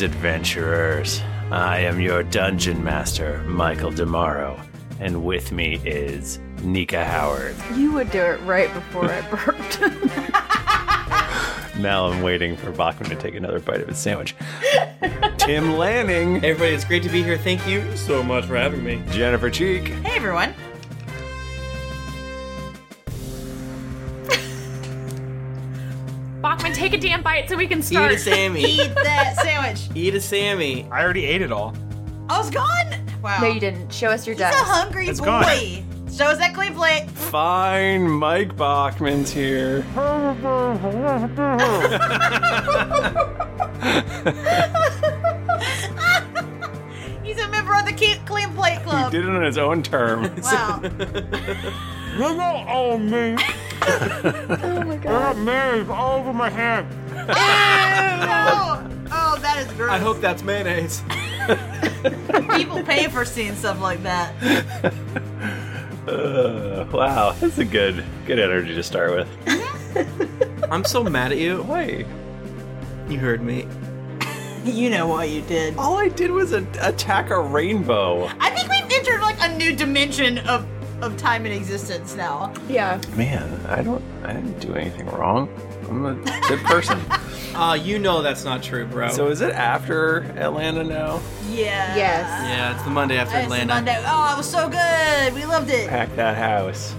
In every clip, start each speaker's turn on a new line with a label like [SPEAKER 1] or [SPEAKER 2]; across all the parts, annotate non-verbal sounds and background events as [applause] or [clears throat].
[SPEAKER 1] adventurers. I am your dungeon master, Michael Demaro, and with me is Nika Howard.
[SPEAKER 2] You would do it right before I burped. [laughs]
[SPEAKER 1] Now I'm waiting for Bachman to take another bite of his
[SPEAKER 3] [laughs]
[SPEAKER 1] sandwich. Tim Lanning,
[SPEAKER 3] Hey, everybody, it's great to be here. Thank you so much for having me.
[SPEAKER 1] Jennifer Cheek,
[SPEAKER 4] Hey everyone.
[SPEAKER 5] Bachman, take a damn bite so we can
[SPEAKER 3] Eat
[SPEAKER 5] start.
[SPEAKER 2] [laughs]
[SPEAKER 3] a Sammy.
[SPEAKER 4] Eat that sandwich.
[SPEAKER 3] Eat a Sammy.
[SPEAKER 6] I already ate it all.
[SPEAKER 4] Oh, it's gone. Wow.
[SPEAKER 2] no, you didn't. Show us your
[SPEAKER 4] He's a
[SPEAKER 2] desk.
[SPEAKER 4] hungry
[SPEAKER 6] It's
[SPEAKER 4] boy.
[SPEAKER 6] gone.
[SPEAKER 4] Show us that clean plate.
[SPEAKER 1] fine Mike Bachman's here.
[SPEAKER 4] He's a member of the Ke- Clean Plate Club.
[SPEAKER 1] Did it on his own term.
[SPEAKER 4] Wow.
[SPEAKER 6] You know all me. I got mayonnaise all over my
[SPEAKER 3] [laughs]
[SPEAKER 6] hand.
[SPEAKER 4] oh, oh, that is gross.
[SPEAKER 3] I hope that's mayonnaise.
[SPEAKER 4] [laughs] people pay for seeing stuff like that.
[SPEAKER 1] Uh, wow, that's a good, good energy to start with.
[SPEAKER 4] [laughs]
[SPEAKER 3] I'm so mad at you.
[SPEAKER 1] Why?
[SPEAKER 3] You heard me.
[SPEAKER 4] You know what you did.
[SPEAKER 1] All I did was a- attack a rainbow.
[SPEAKER 4] I think we've entered like a new dimension of of time and existence now.
[SPEAKER 2] Yeah.
[SPEAKER 1] Man, I don't, I didn't do anything wrong. I'm a good person.
[SPEAKER 3] Uh, you know that's not true, bro.
[SPEAKER 1] [laughs] so is it after Atlanta now?
[SPEAKER 4] Yeah.
[SPEAKER 2] Yes.
[SPEAKER 3] yeah, it's the Monday after
[SPEAKER 4] It's
[SPEAKER 3] Atlanta.
[SPEAKER 4] Monday. Oh, it was so good. We loved it.
[SPEAKER 1] Pack that house.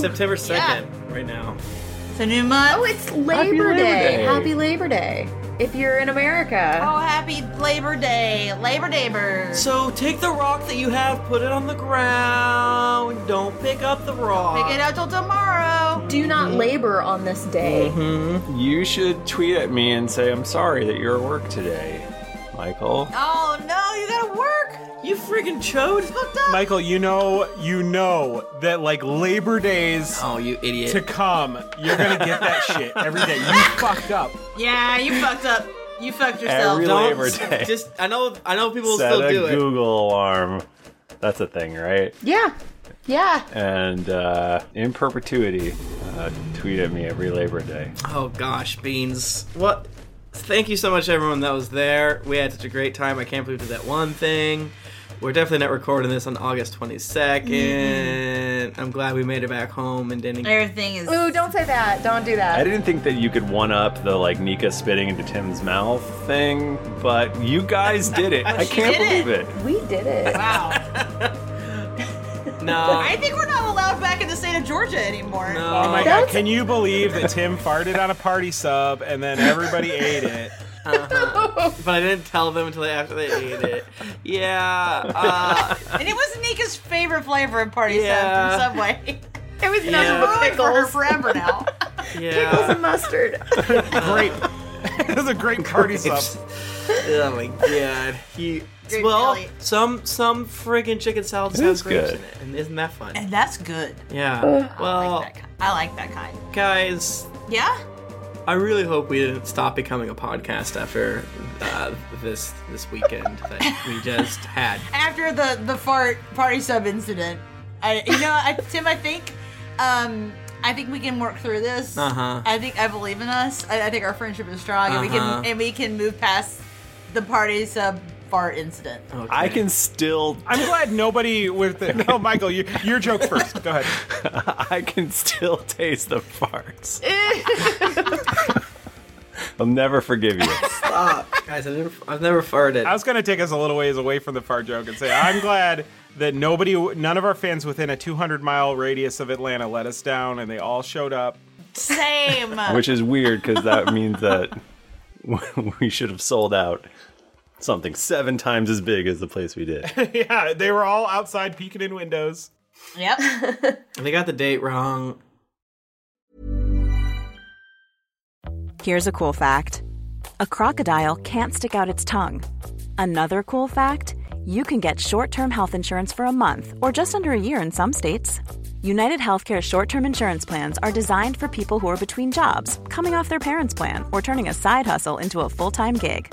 [SPEAKER 3] September 2nd, right now.
[SPEAKER 4] It's a new month.
[SPEAKER 2] Oh, it's Labor,
[SPEAKER 1] Labor
[SPEAKER 2] Day.
[SPEAKER 1] Day.
[SPEAKER 2] Happy Labor Day. If you're in America.
[SPEAKER 4] Oh, happy Labor Day. Labor Day bird.
[SPEAKER 3] So take the rock that you have, put it on the ground. Don't pick up the rock.
[SPEAKER 4] Pick it out till tomorrow.
[SPEAKER 2] Do not
[SPEAKER 1] Mm-hmm.
[SPEAKER 2] labor on this day.
[SPEAKER 4] Mm-hmm.
[SPEAKER 1] You should tweet at me and say I'm sorry that you're at work today, Michael.
[SPEAKER 4] Oh no, you gotta work.
[SPEAKER 3] You freaking chode.
[SPEAKER 4] Fucked
[SPEAKER 6] [laughs]
[SPEAKER 4] up.
[SPEAKER 6] Michael, you know, you know that like Labor Days
[SPEAKER 3] Oh, you idiot.
[SPEAKER 6] to come, you're gonna get that
[SPEAKER 3] [laughs]
[SPEAKER 6] shit every day. You fucked up.
[SPEAKER 4] yeah, you fucked up. You fucked yourself.
[SPEAKER 1] Every
[SPEAKER 3] Don't-
[SPEAKER 1] Labor Day.
[SPEAKER 3] Just I know I know people will
[SPEAKER 1] Set
[SPEAKER 3] still
[SPEAKER 1] a
[SPEAKER 3] do it.
[SPEAKER 1] Google alarm. That's a thing, right?
[SPEAKER 2] Yeah. Yeah.
[SPEAKER 1] And uh, in perpetuity, uh, tweet at me every Labor Day.
[SPEAKER 3] Oh gosh, beans. What? Thank you so much, everyone that was there. We had such a great time. I can't believe we did that one thing. We're definitely not recording this on August 22nd.
[SPEAKER 4] Mm-hmm.
[SPEAKER 3] I'm glad we made it back home and didn't.
[SPEAKER 4] Everything is.
[SPEAKER 2] Ooh, don't say that. Don't do
[SPEAKER 1] I
[SPEAKER 2] that.
[SPEAKER 1] didn't think that you could one up the like Nika spitting into Tim's mouth thing, but you guys did it. I can't
[SPEAKER 4] did
[SPEAKER 1] believe it.
[SPEAKER 2] We did it.
[SPEAKER 4] Wow. [laughs]
[SPEAKER 3] No.
[SPEAKER 4] I think we're not allowed back in the state of Georgia anymore.
[SPEAKER 3] No.
[SPEAKER 6] Oh my
[SPEAKER 2] That's-
[SPEAKER 6] god, can you believe that Tim farted on a party sub and then everybody ate it? [laughs]
[SPEAKER 3] [laughs] But I didn't tell them until after they ate it. Yeah.
[SPEAKER 4] [laughs]
[SPEAKER 3] Uh,
[SPEAKER 4] And it was Nika's favorite flavor of party
[SPEAKER 3] Yeah.
[SPEAKER 4] stuff from Subway.
[SPEAKER 2] It was
[SPEAKER 3] Yeah.
[SPEAKER 2] nothing but
[SPEAKER 4] Ruined for her
[SPEAKER 2] pickles.
[SPEAKER 4] forever
[SPEAKER 2] [laughs]
[SPEAKER 4] now.
[SPEAKER 2] Pickles
[SPEAKER 3] yeah. Uh,
[SPEAKER 2] and
[SPEAKER 3] [laughs]
[SPEAKER 2] mustard.
[SPEAKER 6] Great. It was a great party sub.
[SPEAKER 3] oh my god. He.
[SPEAKER 4] Great
[SPEAKER 3] well,
[SPEAKER 4] belly.
[SPEAKER 3] some some friggin' chicken salad just
[SPEAKER 1] It
[SPEAKER 3] has
[SPEAKER 1] is
[SPEAKER 3] grapes
[SPEAKER 1] good.
[SPEAKER 3] in it, and isn't that fun?
[SPEAKER 4] and that's good.
[SPEAKER 3] Yeah.
[SPEAKER 4] I
[SPEAKER 3] Well,
[SPEAKER 4] like that ki- I like that kind.
[SPEAKER 3] guys,
[SPEAKER 4] Yeah?
[SPEAKER 3] I really hope we didn't stop becoming a podcast after uh, this this weekend that
[SPEAKER 4] [laughs]
[SPEAKER 3] we just had.
[SPEAKER 4] After the, the fart party sub incident, I, you know, I, Tim, I think, um, I think we can work through this.
[SPEAKER 3] Uh-huh.
[SPEAKER 4] I think I believe in us. I, I think our friendship is strong, and we
[SPEAKER 3] Uh-huh.
[SPEAKER 4] can and we can move past the party sub fart incident.
[SPEAKER 3] Okay.
[SPEAKER 1] I can still
[SPEAKER 6] I'm glad nobody with the No, Michael, you, your joke first. Go ahead.
[SPEAKER 1] [laughs] I can still taste the farts. I'll never forgive you.
[SPEAKER 3] Ah, guys. I've never, I've never farted.
[SPEAKER 6] I was going to take us a little ways away from the fart joke and say, I'm glad that nobody, none of our fans within a 200 mile radius of Atlanta let us down and they all showed up. [laughs]
[SPEAKER 4] Same.
[SPEAKER 1] Which is weird because that means that [laughs] we should have sold out something seven times as big as the place we did.
[SPEAKER 6] Yeah, they were all outside peeking in windows.
[SPEAKER 4] yep.
[SPEAKER 3] they got the date wrong.
[SPEAKER 7] Here's a cool fact a crocodile can't stick out its tongue. Another cool fact you can get short term health insurance for a month or just under a year in some states. United Healthcare short term insurance plans are designed for people who are between jobs, coming off their parents' plan, or turning a side hustle into a full time gig.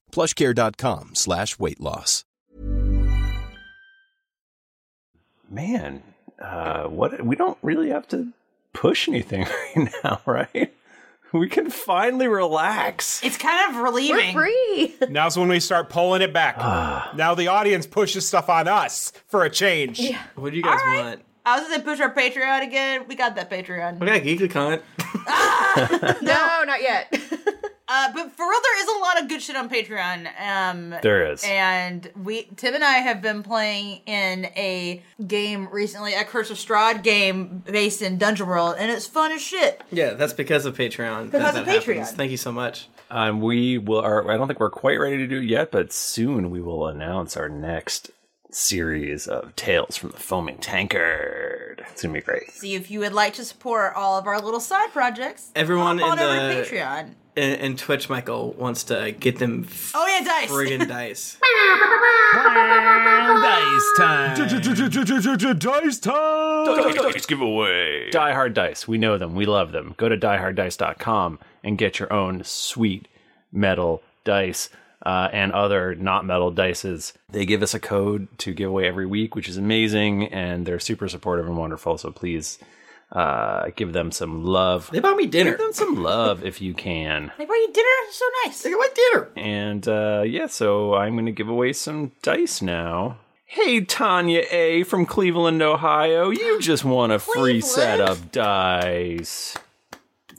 [SPEAKER 8] plushcare.com slash weight loss.
[SPEAKER 1] Man, uh, what we don't really have to push anything [laughs] right now, right? We can finally [laughs] relax.
[SPEAKER 4] It's kind of relieving.
[SPEAKER 2] free.
[SPEAKER 6] [laughs] Now's when we start pulling it back.
[SPEAKER 1] Ah.
[SPEAKER 6] now the audience pushes stuff on us for a change.
[SPEAKER 3] What do you guys want?
[SPEAKER 4] I was gonna push our Patreon again. We got that Patreon.
[SPEAKER 3] We got GeeklyCon.
[SPEAKER 2] No, not yet. [laughs]
[SPEAKER 4] Uh, but for real, there is a lot of good shit on Patreon. Um,
[SPEAKER 1] There is.
[SPEAKER 4] And we, Tim and I, have been playing in a game recently, a Curse of Strahd game based in Dungeon World, and it's fun as shit.
[SPEAKER 3] Yeah, that's because of Patreon.
[SPEAKER 4] Because
[SPEAKER 3] that
[SPEAKER 4] of
[SPEAKER 3] that
[SPEAKER 4] Patreon.
[SPEAKER 3] happens. Thank you so much.
[SPEAKER 1] Um, we will. Are, I don't think we're quite ready to do it yet, but soon we will announce our next series of tales from the foaming tankard. It's gonna be great.
[SPEAKER 4] See if you would like to support all of our little side projects.
[SPEAKER 3] Everyone
[SPEAKER 4] hop on
[SPEAKER 3] in
[SPEAKER 4] over
[SPEAKER 3] the-
[SPEAKER 4] to Patreon.
[SPEAKER 3] And, and Twitch Michael wants to get them f-
[SPEAKER 4] Oh yeah, dice. [laughs]
[SPEAKER 3] friggin' dice.
[SPEAKER 6] Dice time. Dice time.
[SPEAKER 1] Dice giveaway. Die Hard Dice. We know them. We love them. Go to dieharddice.com and get your own sweet metal dice uh, and other not metal dices. They give us a code to give away every week, which is amazing, and they're super supportive and wonderful. So please uh, give them some love.
[SPEAKER 3] They bought me dinner.
[SPEAKER 1] Give them some love if you can.
[SPEAKER 4] They brought you dinner. So nice.
[SPEAKER 3] They bought dinner.
[SPEAKER 1] And uh, yeah, so I'm going to give away some dice now. Hey, Tanya A. from Cleveland, Ohio. You just won a free set of dice.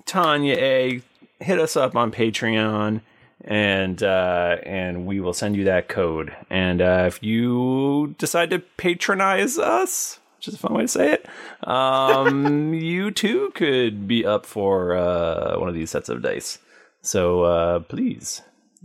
[SPEAKER 1] Tanya A. Hit us up on Patreon, and uh, and we will send you that code. And uh, if you decide to patronize us, which is a fun way to say it, um, [laughs] you too could be up for uh, one of these sets of dice. So uh, please,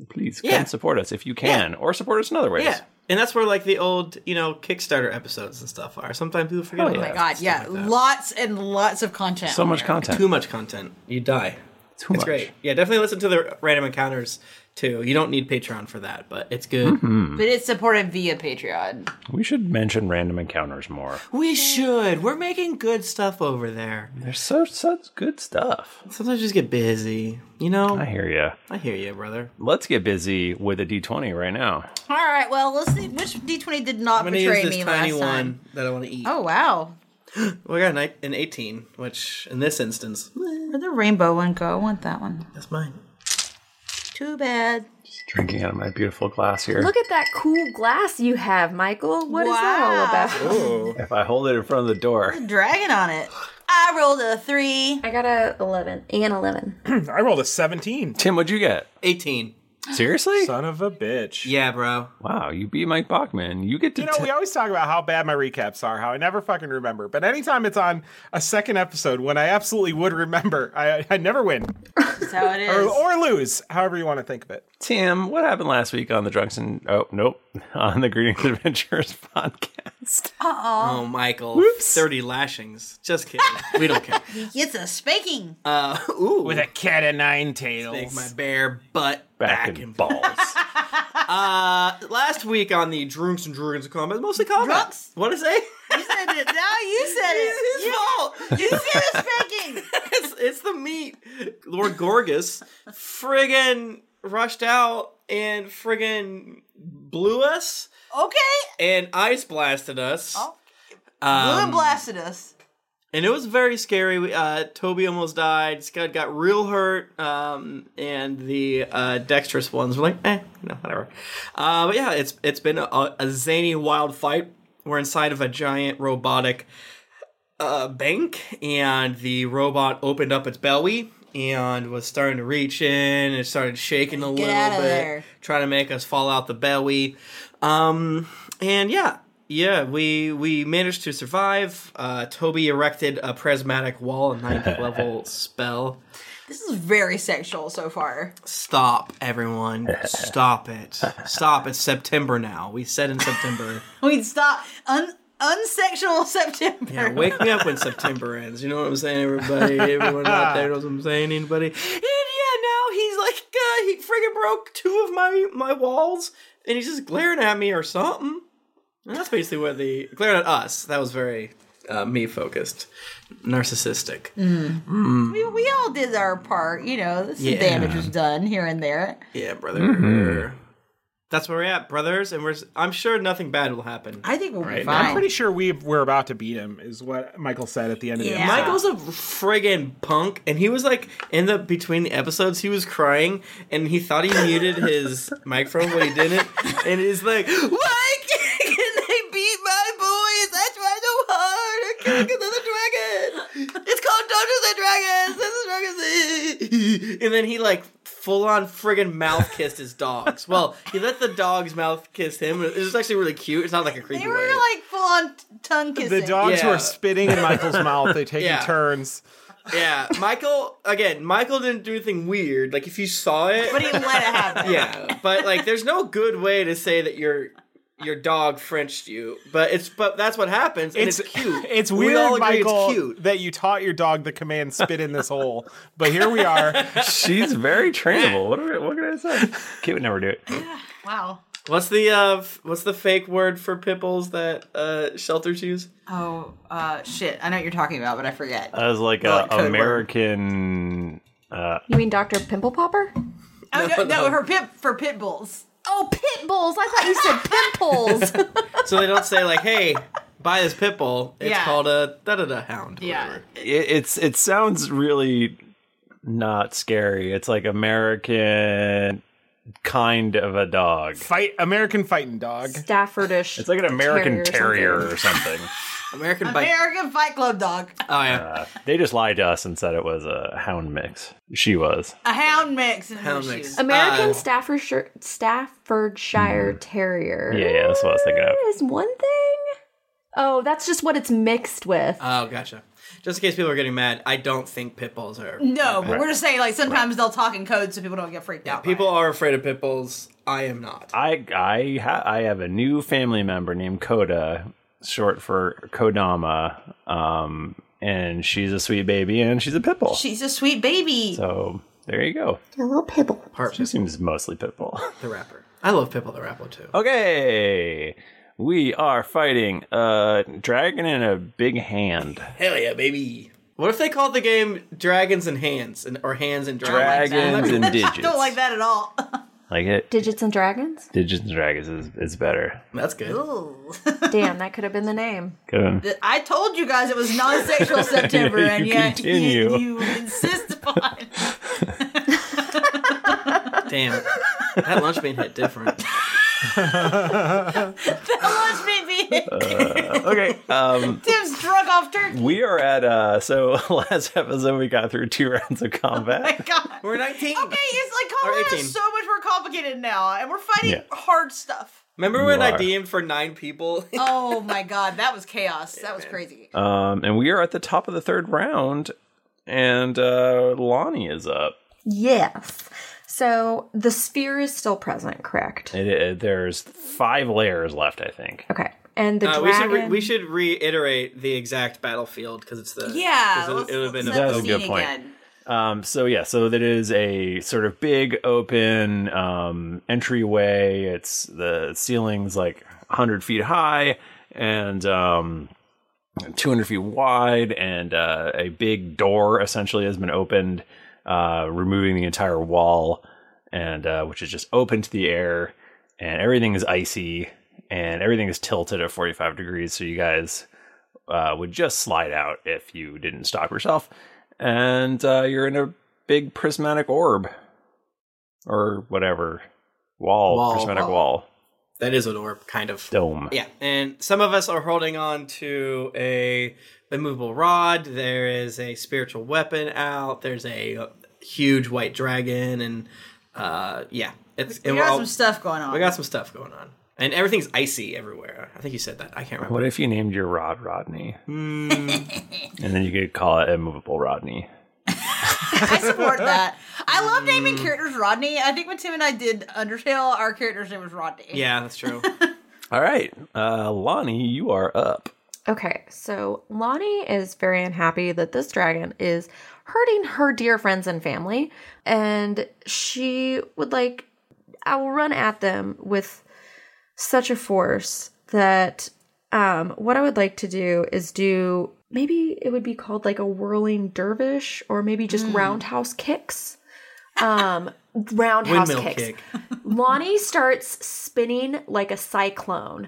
[SPEAKER 1] please come
[SPEAKER 3] Yeah.
[SPEAKER 1] support us if you can, or support us in other ways.
[SPEAKER 3] Yeah. And that's where like the old, you know, Kickstarter episodes and stuff are. Sometimes people forget
[SPEAKER 1] Oh,
[SPEAKER 3] about
[SPEAKER 1] yeah.
[SPEAKER 3] that
[SPEAKER 4] God,
[SPEAKER 3] stuff
[SPEAKER 4] yeah,
[SPEAKER 3] like that.
[SPEAKER 4] lots and lots of content.
[SPEAKER 1] So
[SPEAKER 4] on
[SPEAKER 1] much
[SPEAKER 4] there.
[SPEAKER 1] content.
[SPEAKER 3] Too much content. You die.
[SPEAKER 1] Too
[SPEAKER 3] It's great. Yeah, definitely listen to the random encounters too. You don't need Patreon for that, but it's good.
[SPEAKER 1] Hmm.
[SPEAKER 4] but it's supported via Patreon.
[SPEAKER 1] We should mention random encounters more.
[SPEAKER 3] We should. We're making good stuff over there.
[SPEAKER 1] There's so such good stuff.
[SPEAKER 3] Sometimes you just get busy. You know?
[SPEAKER 1] I hear ya.
[SPEAKER 3] I hear you, brother. [clears throat]
[SPEAKER 1] Let's get busy with a D20 right now.
[SPEAKER 4] All right, well, let's see which D20 did not
[SPEAKER 3] I'm gonna
[SPEAKER 4] betray
[SPEAKER 3] use this
[SPEAKER 4] me
[SPEAKER 3] tiny
[SPEAKER 4] last
[SPEAKER 3] one
[SPEAKER 4] time.
[SPEAKER 3] that I want to eat.
[SPEAKER 4] Oh wow,
[SPEAKER 3] We got an, eight- an 18, which in this instance, eh,
[SPEAKER 4] where'd the rainbow one go? I want that one.
[SPEAKER 3] that's mine.
[SPEAKER 4] Too bad.
[SPEAKER 1] Just drinking out of my beautiful glass here.
[SPEAKER 2] Look at that cool glass you have, Michael. What is that all about?
[SPEAKER 1] if I hold it in front of the door,
[SPEAKER 4] Dragon on it. I rolled a three.
[SPEAKER 2] I got a 11 and 11.
[SPEAKER 6] [clears throat] I rolled a 17.
[SPEAKER 1] Tim, what'd you get?
[SPEAKER 3] 18.
[SPEAKER 1] Seriously?
[SPEAKER 6] Son of a bitch.
[SPEAKER 3] Yeah, bro.
[SPEAKER 1] Wow, you beat Mike Bachman. You get to.
[SPEAKER 6] You know,
[SPEAKER 1] t-
[SPEAKER 6] we always talk about how bad my recaps are, how I never fucking remember. But anytime it's on a second episode when I absolutely would remember, I, I never win
[SPEAKER 4] That's how it
[SPEAKER 6] or,
[SPEAKER 4] is.
[SPEAKER 6] or lose, however you want to think of it.
[SPEAKER 1] [laughs] Tim, what happened last week on the Drunks and. Oh, nope. On the Greetings Adventures [laughs] podcast? podcast.
[SPEAKER 4] Uh-oh.
[SPEAKER 3] Oh, Michael. 30 lashings. Just kidding. We
[SPEAKER 1] [laughs]
[SPEAKER 3] don't care.
[SPEAKER 4] He gets a spanking.
[SPEAKER 3] Uh, ooh.
[SPEAKER 6] With a cat of nine tails.
[SPEAKER 3] Take my bear butt
[SPEAKER 1] Back
[SPEAKER 3] back,
[SPEAKER 1] and
[SPEAKER 3] and balls. [laughs] uh, last week on the Drunks and Drugans of Combat, mostly combat.
[SPEAKER 4] Drunks?
[SPEAKER 3] What did I say?
[SPEAKER 4] You said it. Now you said
[SPEAKER 3] [laughs]
[SPEAKER 4] it.
[SPEAKER 3] It's his fault.
[SPEAKER 4] Oh, You said a spanking.
[SPEAKER 3] [laughs] it's, it's the meat. Lord Gorgas friggin' rushed out and friggin' blew us
[SPEAKER 4] Okay.
[SPEAKER 3] and ice blasted us.
[SPEAKER 4] Oh. Blue
[SPEAKER 3] Um,
[SPEAKER 4] and blasted us.
[SPEAKER 3] and it was very scary. We, uh, Toby almost died. Scott got real hurt, um, and the uh, dexterous ones were like, eh, [laughs] you know, whatever. Uh, but yeah, it's it's been a, a zany, wild fight. We're inside of a giant robotic uh, bank, and the robot opened up its belly and was starting to reach in. It started shaking a little
[SPEAKER 4] out of
[SPEAKER 3] bit,
[SPEAKER 4] there.
[SPEAKER 3] trying to make us fall out the belly. Um, and yeah, yeah, we we managed to survive. Uh, Toby erected a prismatic wall, a ninth level spell.
[SPEAKER 4] This is very sexual so [laughs] far.
[SPEAKER 3] Stop, everyone! Stop it! Stop! It's September now. We said in September.
[SPEAKER 4] We'd stop. Un- unsexual September.
[SPEAKER 3] Yeah, wake me up when September ends. You know what I'm saying, everybody? Everyone out there knows what I'm saying. Anybody? And yeah, now he's like, uh, he friggin' broke two of my my walls, and he's just glaring at me or something. And that's basically what the glaring at us. That was very uh, me focused, narcissistic. Mm.
[SPEAKER 4] we, we all did our part. You know, some
[SPEAKER 3] Yeah.
[SPEAKER 4] damage was done here and there.
[SPEAKER 3] Yeah, brother. That's where we're at, brothers, and we're. s- I'm sure nothing bad will happen.
[SPEAKER 4] I think we'll be
[SPEAKER 6] I'm
[SPEAKER 4] fine.
[SPEAKER 6] pretty sure we were about to beat him, is what Michael said at the end of the
[SPEAKER 4] Yeah.
[SPEAKER 6] episode.
[SPEAKER 3] Michael's a friggin' punk, and he was like in the between the episodes, he was crying, and he thought he muted his [laughs] microphone, but he didn't, and he's like, [gasps] "Why can they beat my boys? I try so hard, I'm killing another dragon. It's called Dungeons and Dragons. This is dragons." And then he like full on friggin' mouth kissed his dogs. Well, he let the dogs mouth kiss him. It was actually really cute. It's not like a creepy.
[SPEAKER 4] they were
[SPEAKER 3] way.
[SPEAKER 4] like full on t- tongue kissing.
[SPEAKER 6] The dogs
[SPEAKER 3] Yeah.
[SPEAKER 6] were spitting in
[SPEAKER 3] [laughs]
[SPEAKER 6] Michael's mouth. They taking
[SPEAKER 3] Yeah.
[SPEAKER 6] turns.
[SPEAKER 3] Yeah, Michael. Again, Michael didn't do anything weird. Like if you saw it,
[SPEAKER 4] but he let it happen.
[SPEAKER 3] yeah. But like, there's no good way to say that your your dog Frenched you. But it's but that's what happens, and it's, cute.
[SPEAKER 6] [laughs] It's
[SPEAKER 3] We
[SPEAKER 6] weird,
[SPEAKER 3] all agree
[SPEAKER 6] Michael,
[SPEAKER 3] It's cute.
[SPEAKER 6] that you taught your dog the command "spit in this hole," but here we are.
[SPEAKER 1] She's
[SPEAKER 3] [laughs]
[SPEAKER 1] very trainable. What, are, what can I say? Kate would never do it.
[SPEAKER 4] Wow.
[SPEAKER 3] What's the uh? f- What's the fake word for pipples that uh shelters use?
[SPEAKER 4] Oh uh, shit! I know what you're talking about, but I forget.
[SPEAKER 1] That was like
[SPEAKER 3] Oh,
[SPEAKER 1] a
[SPEAKER 3] it could work.
[SPEAKER 1] American. uh,
[SPEAKER 2] You mean Dr. Pimple Popper?
[SPEAKER 4] oh, no, no,
[SPEAKER 3] no.
[SPEAKER 4] her pit for pit bulls.
[SPEAKER 2] Oh, pit bulls. I thought you
[SPEAKER 4] [laughs]
[SPEAKER 2] said pimples.
[SPEAKER 3] So they don't say like, "Hey, buy this pitbull." It's
[SPEAKER 4] Yeah.
[SPEAKER 3] called a da da da hound.
[SPEAKER 4] Yeah.
[SPEAKER 1] It, it's it sounds really not scary. It's like American kind of a dog.
[SPEAKER 6] Fight American fighting dog.
[SPEAKER 2] Staffordish.
[SPEAKER 1] It's like an American terrier,
[SPEAKER 2] or
[SPEAKER 1] or
[SPEAKER 4] [laughs]
[SPEAKER 1] something.
[SPEAKER 3] [laughs]
[SPEAKER 1] Uh,
[SPEAKER 3] American bite.
[SPEAKER 4] American Fight Club dog,
[SPEAKER 3] oh yeah.
[SPEAKER 1] they just lied to us and said it was a hound mix. She was.
[SPEAKER 4] a hound mix, and
[SPEAKER 3] Hound
[SPEAKER 4] her
[SPEAKER 3] mix. Uh,
[SPEAKER 4] shoes.
[SPEAKER 2] American Staffordshire, Staffordshire
[SPEAKER 3] Mm.
[SPEAKER 2] Terrier.
[SPEAKER 1] Yeah, yeah, that's what I was thinking of.
[SPEAKER 2] There is one thing. Oh, that's just what it's mixed with.
[SPEAKER 3] oh, gotcha. Just in case people are getting mad, I don't think pitbulls are.
[SPEAKER 4] No, but we're just saying like sometimes they'll talk in code so people don't get freaked out. by
[SPEAKER 3] People
[SPEAKER 4] it.
[SPEAKER 3] are afraid of pitbulls. I am not.
[SPEAKER 1] I I ha- I have a new family member named Koda, short for Kodama, um, and she's a sweet baby and she's a pitbull.
[SPEAKER 4] She's a sweet baby.
[SPEAKER 1] so there you go.
[SPEAKER 2] a little pibble.
[SPEAKER 1] She seems mostly pitbull.
[SPEAKER 3] the rapper. I love Pitbull the rapper too.
[SPEAKER 1] [laughs] okay, we are fighting a dragon and a big hand.
[SPEAKER 3] Hell yeah, baby. What if they called the game Dragons and Hands and or Hands and Dragons?
[SPEAKER 1] Dragons and digits.
[SPEAKER 4] Don't like that at all. [laughs]
[SPEAKER 1] Like it.
[SPEAKER 2] Digits and Dragons?
[SPEAKER 1] Digits and dragons is, is better.
[SPEAKER 3] [laughs] That's good.
[SPEAKER 4] Ooh.
[SPEAKER 2] Damn, that could have been the name.
[SPEAKER 4] [laughs]
[SPEAKER 1] Good.
[SPEAKER 4] I told you guys it was
[SPEAKER 1] [laughs]
[SPEAKER 4] non-sexual September, and
[SPEAKER 1] You
[SPEAKER 4] yet
[SPEAKER 1] continue.
[SPEAKER 4] You, you insist upon. it.
[SPEAKER 3] [laughs] Damn. That lunch bean hit
[SPEAKER 4] [laughs]
[SPEAKER 3] different.
[SPEAKER 4] Lunch baby.
[SPEAKER 1] Uh. okay. Um,
[SPEAKER 4] Tim's drunk
[SPEAKER 1] [laughs]
[SPEAKER 4] off turkey.
[SPEAKER 1] we are at uh. So [laughs] last episode we got through two [laughs] rounds of combat.
[SPEAKER 4] God.
[SPEAKER 3] We're 19.
[SPEAKER 4] Okay, it's like
[SPEAKER 3] Or
[SPEAKER 4] combat
[SPEAKER 3] 18.
[SPEAKER 4] is so much more complicated now, and we're fighting
[SPEAKER 1] Yeah. [laughs]
[SPEAKER 4] hard stuff.
[SPEAKER 3] Remember when
[SPEAKER 1] You
[SPEAKER 3] I
[SPEAKER 1] are.
[SPEAKER 3] DM'd for nine people?
[SPEAKER 4] Oh my god, that was chaos. That was crazy.
[SPEAKER 1] Um, and we are at the top of the third round, and uh, Lonnie is up.
[SPEAKER 2] Yes. So the sphere is still present, correct?
[SPEAKER 1] It, it- there's five layers left, I think.
[SPEAKER 2] Okay. and the
[SPEAKER 3] Uh, we should
[SPEAKER 2] dragon.
[SPEAKER 3] re- we should reiterate the exact battlefield because it's the
[SPEAKER 4] Yeah,
[SPEAKER 3] 'cause
[SPEAKER 4] let's-
[SPEAKER 3] it, it would have been
[SPEAKER 4] let's
[SPEAKER 3] a-
[SPEAKER 4] not
[SPEAKER 1] That's a
[SPEAKER 4] Scene
[SPEAKER 1] good point.
[SPEAKER 4] again.
[SPEAKER 1] Um, so yeah, so that is a sort of big open um, entryway. It's the ceiling's like 100 feet high and um, 200 feet wide, and uh, a big door essentially has been opened, uh, removing the entire wall, and uh, which is just open to the air, and everything is icy, and everything is tilted at 45 degrees. So you guys uh, would just slide out if you didn't stop yourself, and uh, you're in a big prismatic orb or whatever wall,
[SPEAKER 3] Wall.
[SPEAKER 1] prismatic wall
[SPEAKER 3] that is an orb kind of
[SPEAKER 1] dome.
[SPEAKER 3] Yeah, and some of us are holding on to a immovable rod. There is a spiritual weapon out. There's a huge white dragon, and uh, yeah, it's
[SPEAKER 4] We
[SPEAKER 3] and
[SPEAKER 4] got
[SPEAKER 3] we're all-
[SPEAKER 4] some stuff going on.
[SPEAKER 3] We got some stuff going on, and everything's icy everywhere. I think you said that. I can't
[SPEAKER 1] [laughs]
[SPEAKER 3] remember.
[SPEAKER 1] What if you named your rod Rodney?
[SPEAKER 3] Hmm.
[SPEAKER 1] And then you could call it immovable Rodney.
[SPEAKER 4] I support that. I love
[SPEAKER 3] Mm.
[SPEAKER 4] naming characters Rodney. I think when Tim and I did Undertale, our character's name was Rodney.
[SPEAKER 3] Yeah, that's true.
[SPEAKER 1] All right, uh, Lonnie, you are up.
[SPEAKER 2] Okay, so Lonnie is very unhappy that this dragon is hurting her dear friends and family, and she would like, I will run at them with such a force that um, what I would like to do is do maybe it would be called like a whirling dervish or maybe just
[SPEAKER 3] Hmm.
[SPEAKER 2] roundhouse kicks. Um, roundhouse
[SPEAKER 3] Windmill
[SPEAKER 2] kicks.
[SPEAKER 3] kick.
[SPEAKER 2] Lonnie starts spinning like a cyclone,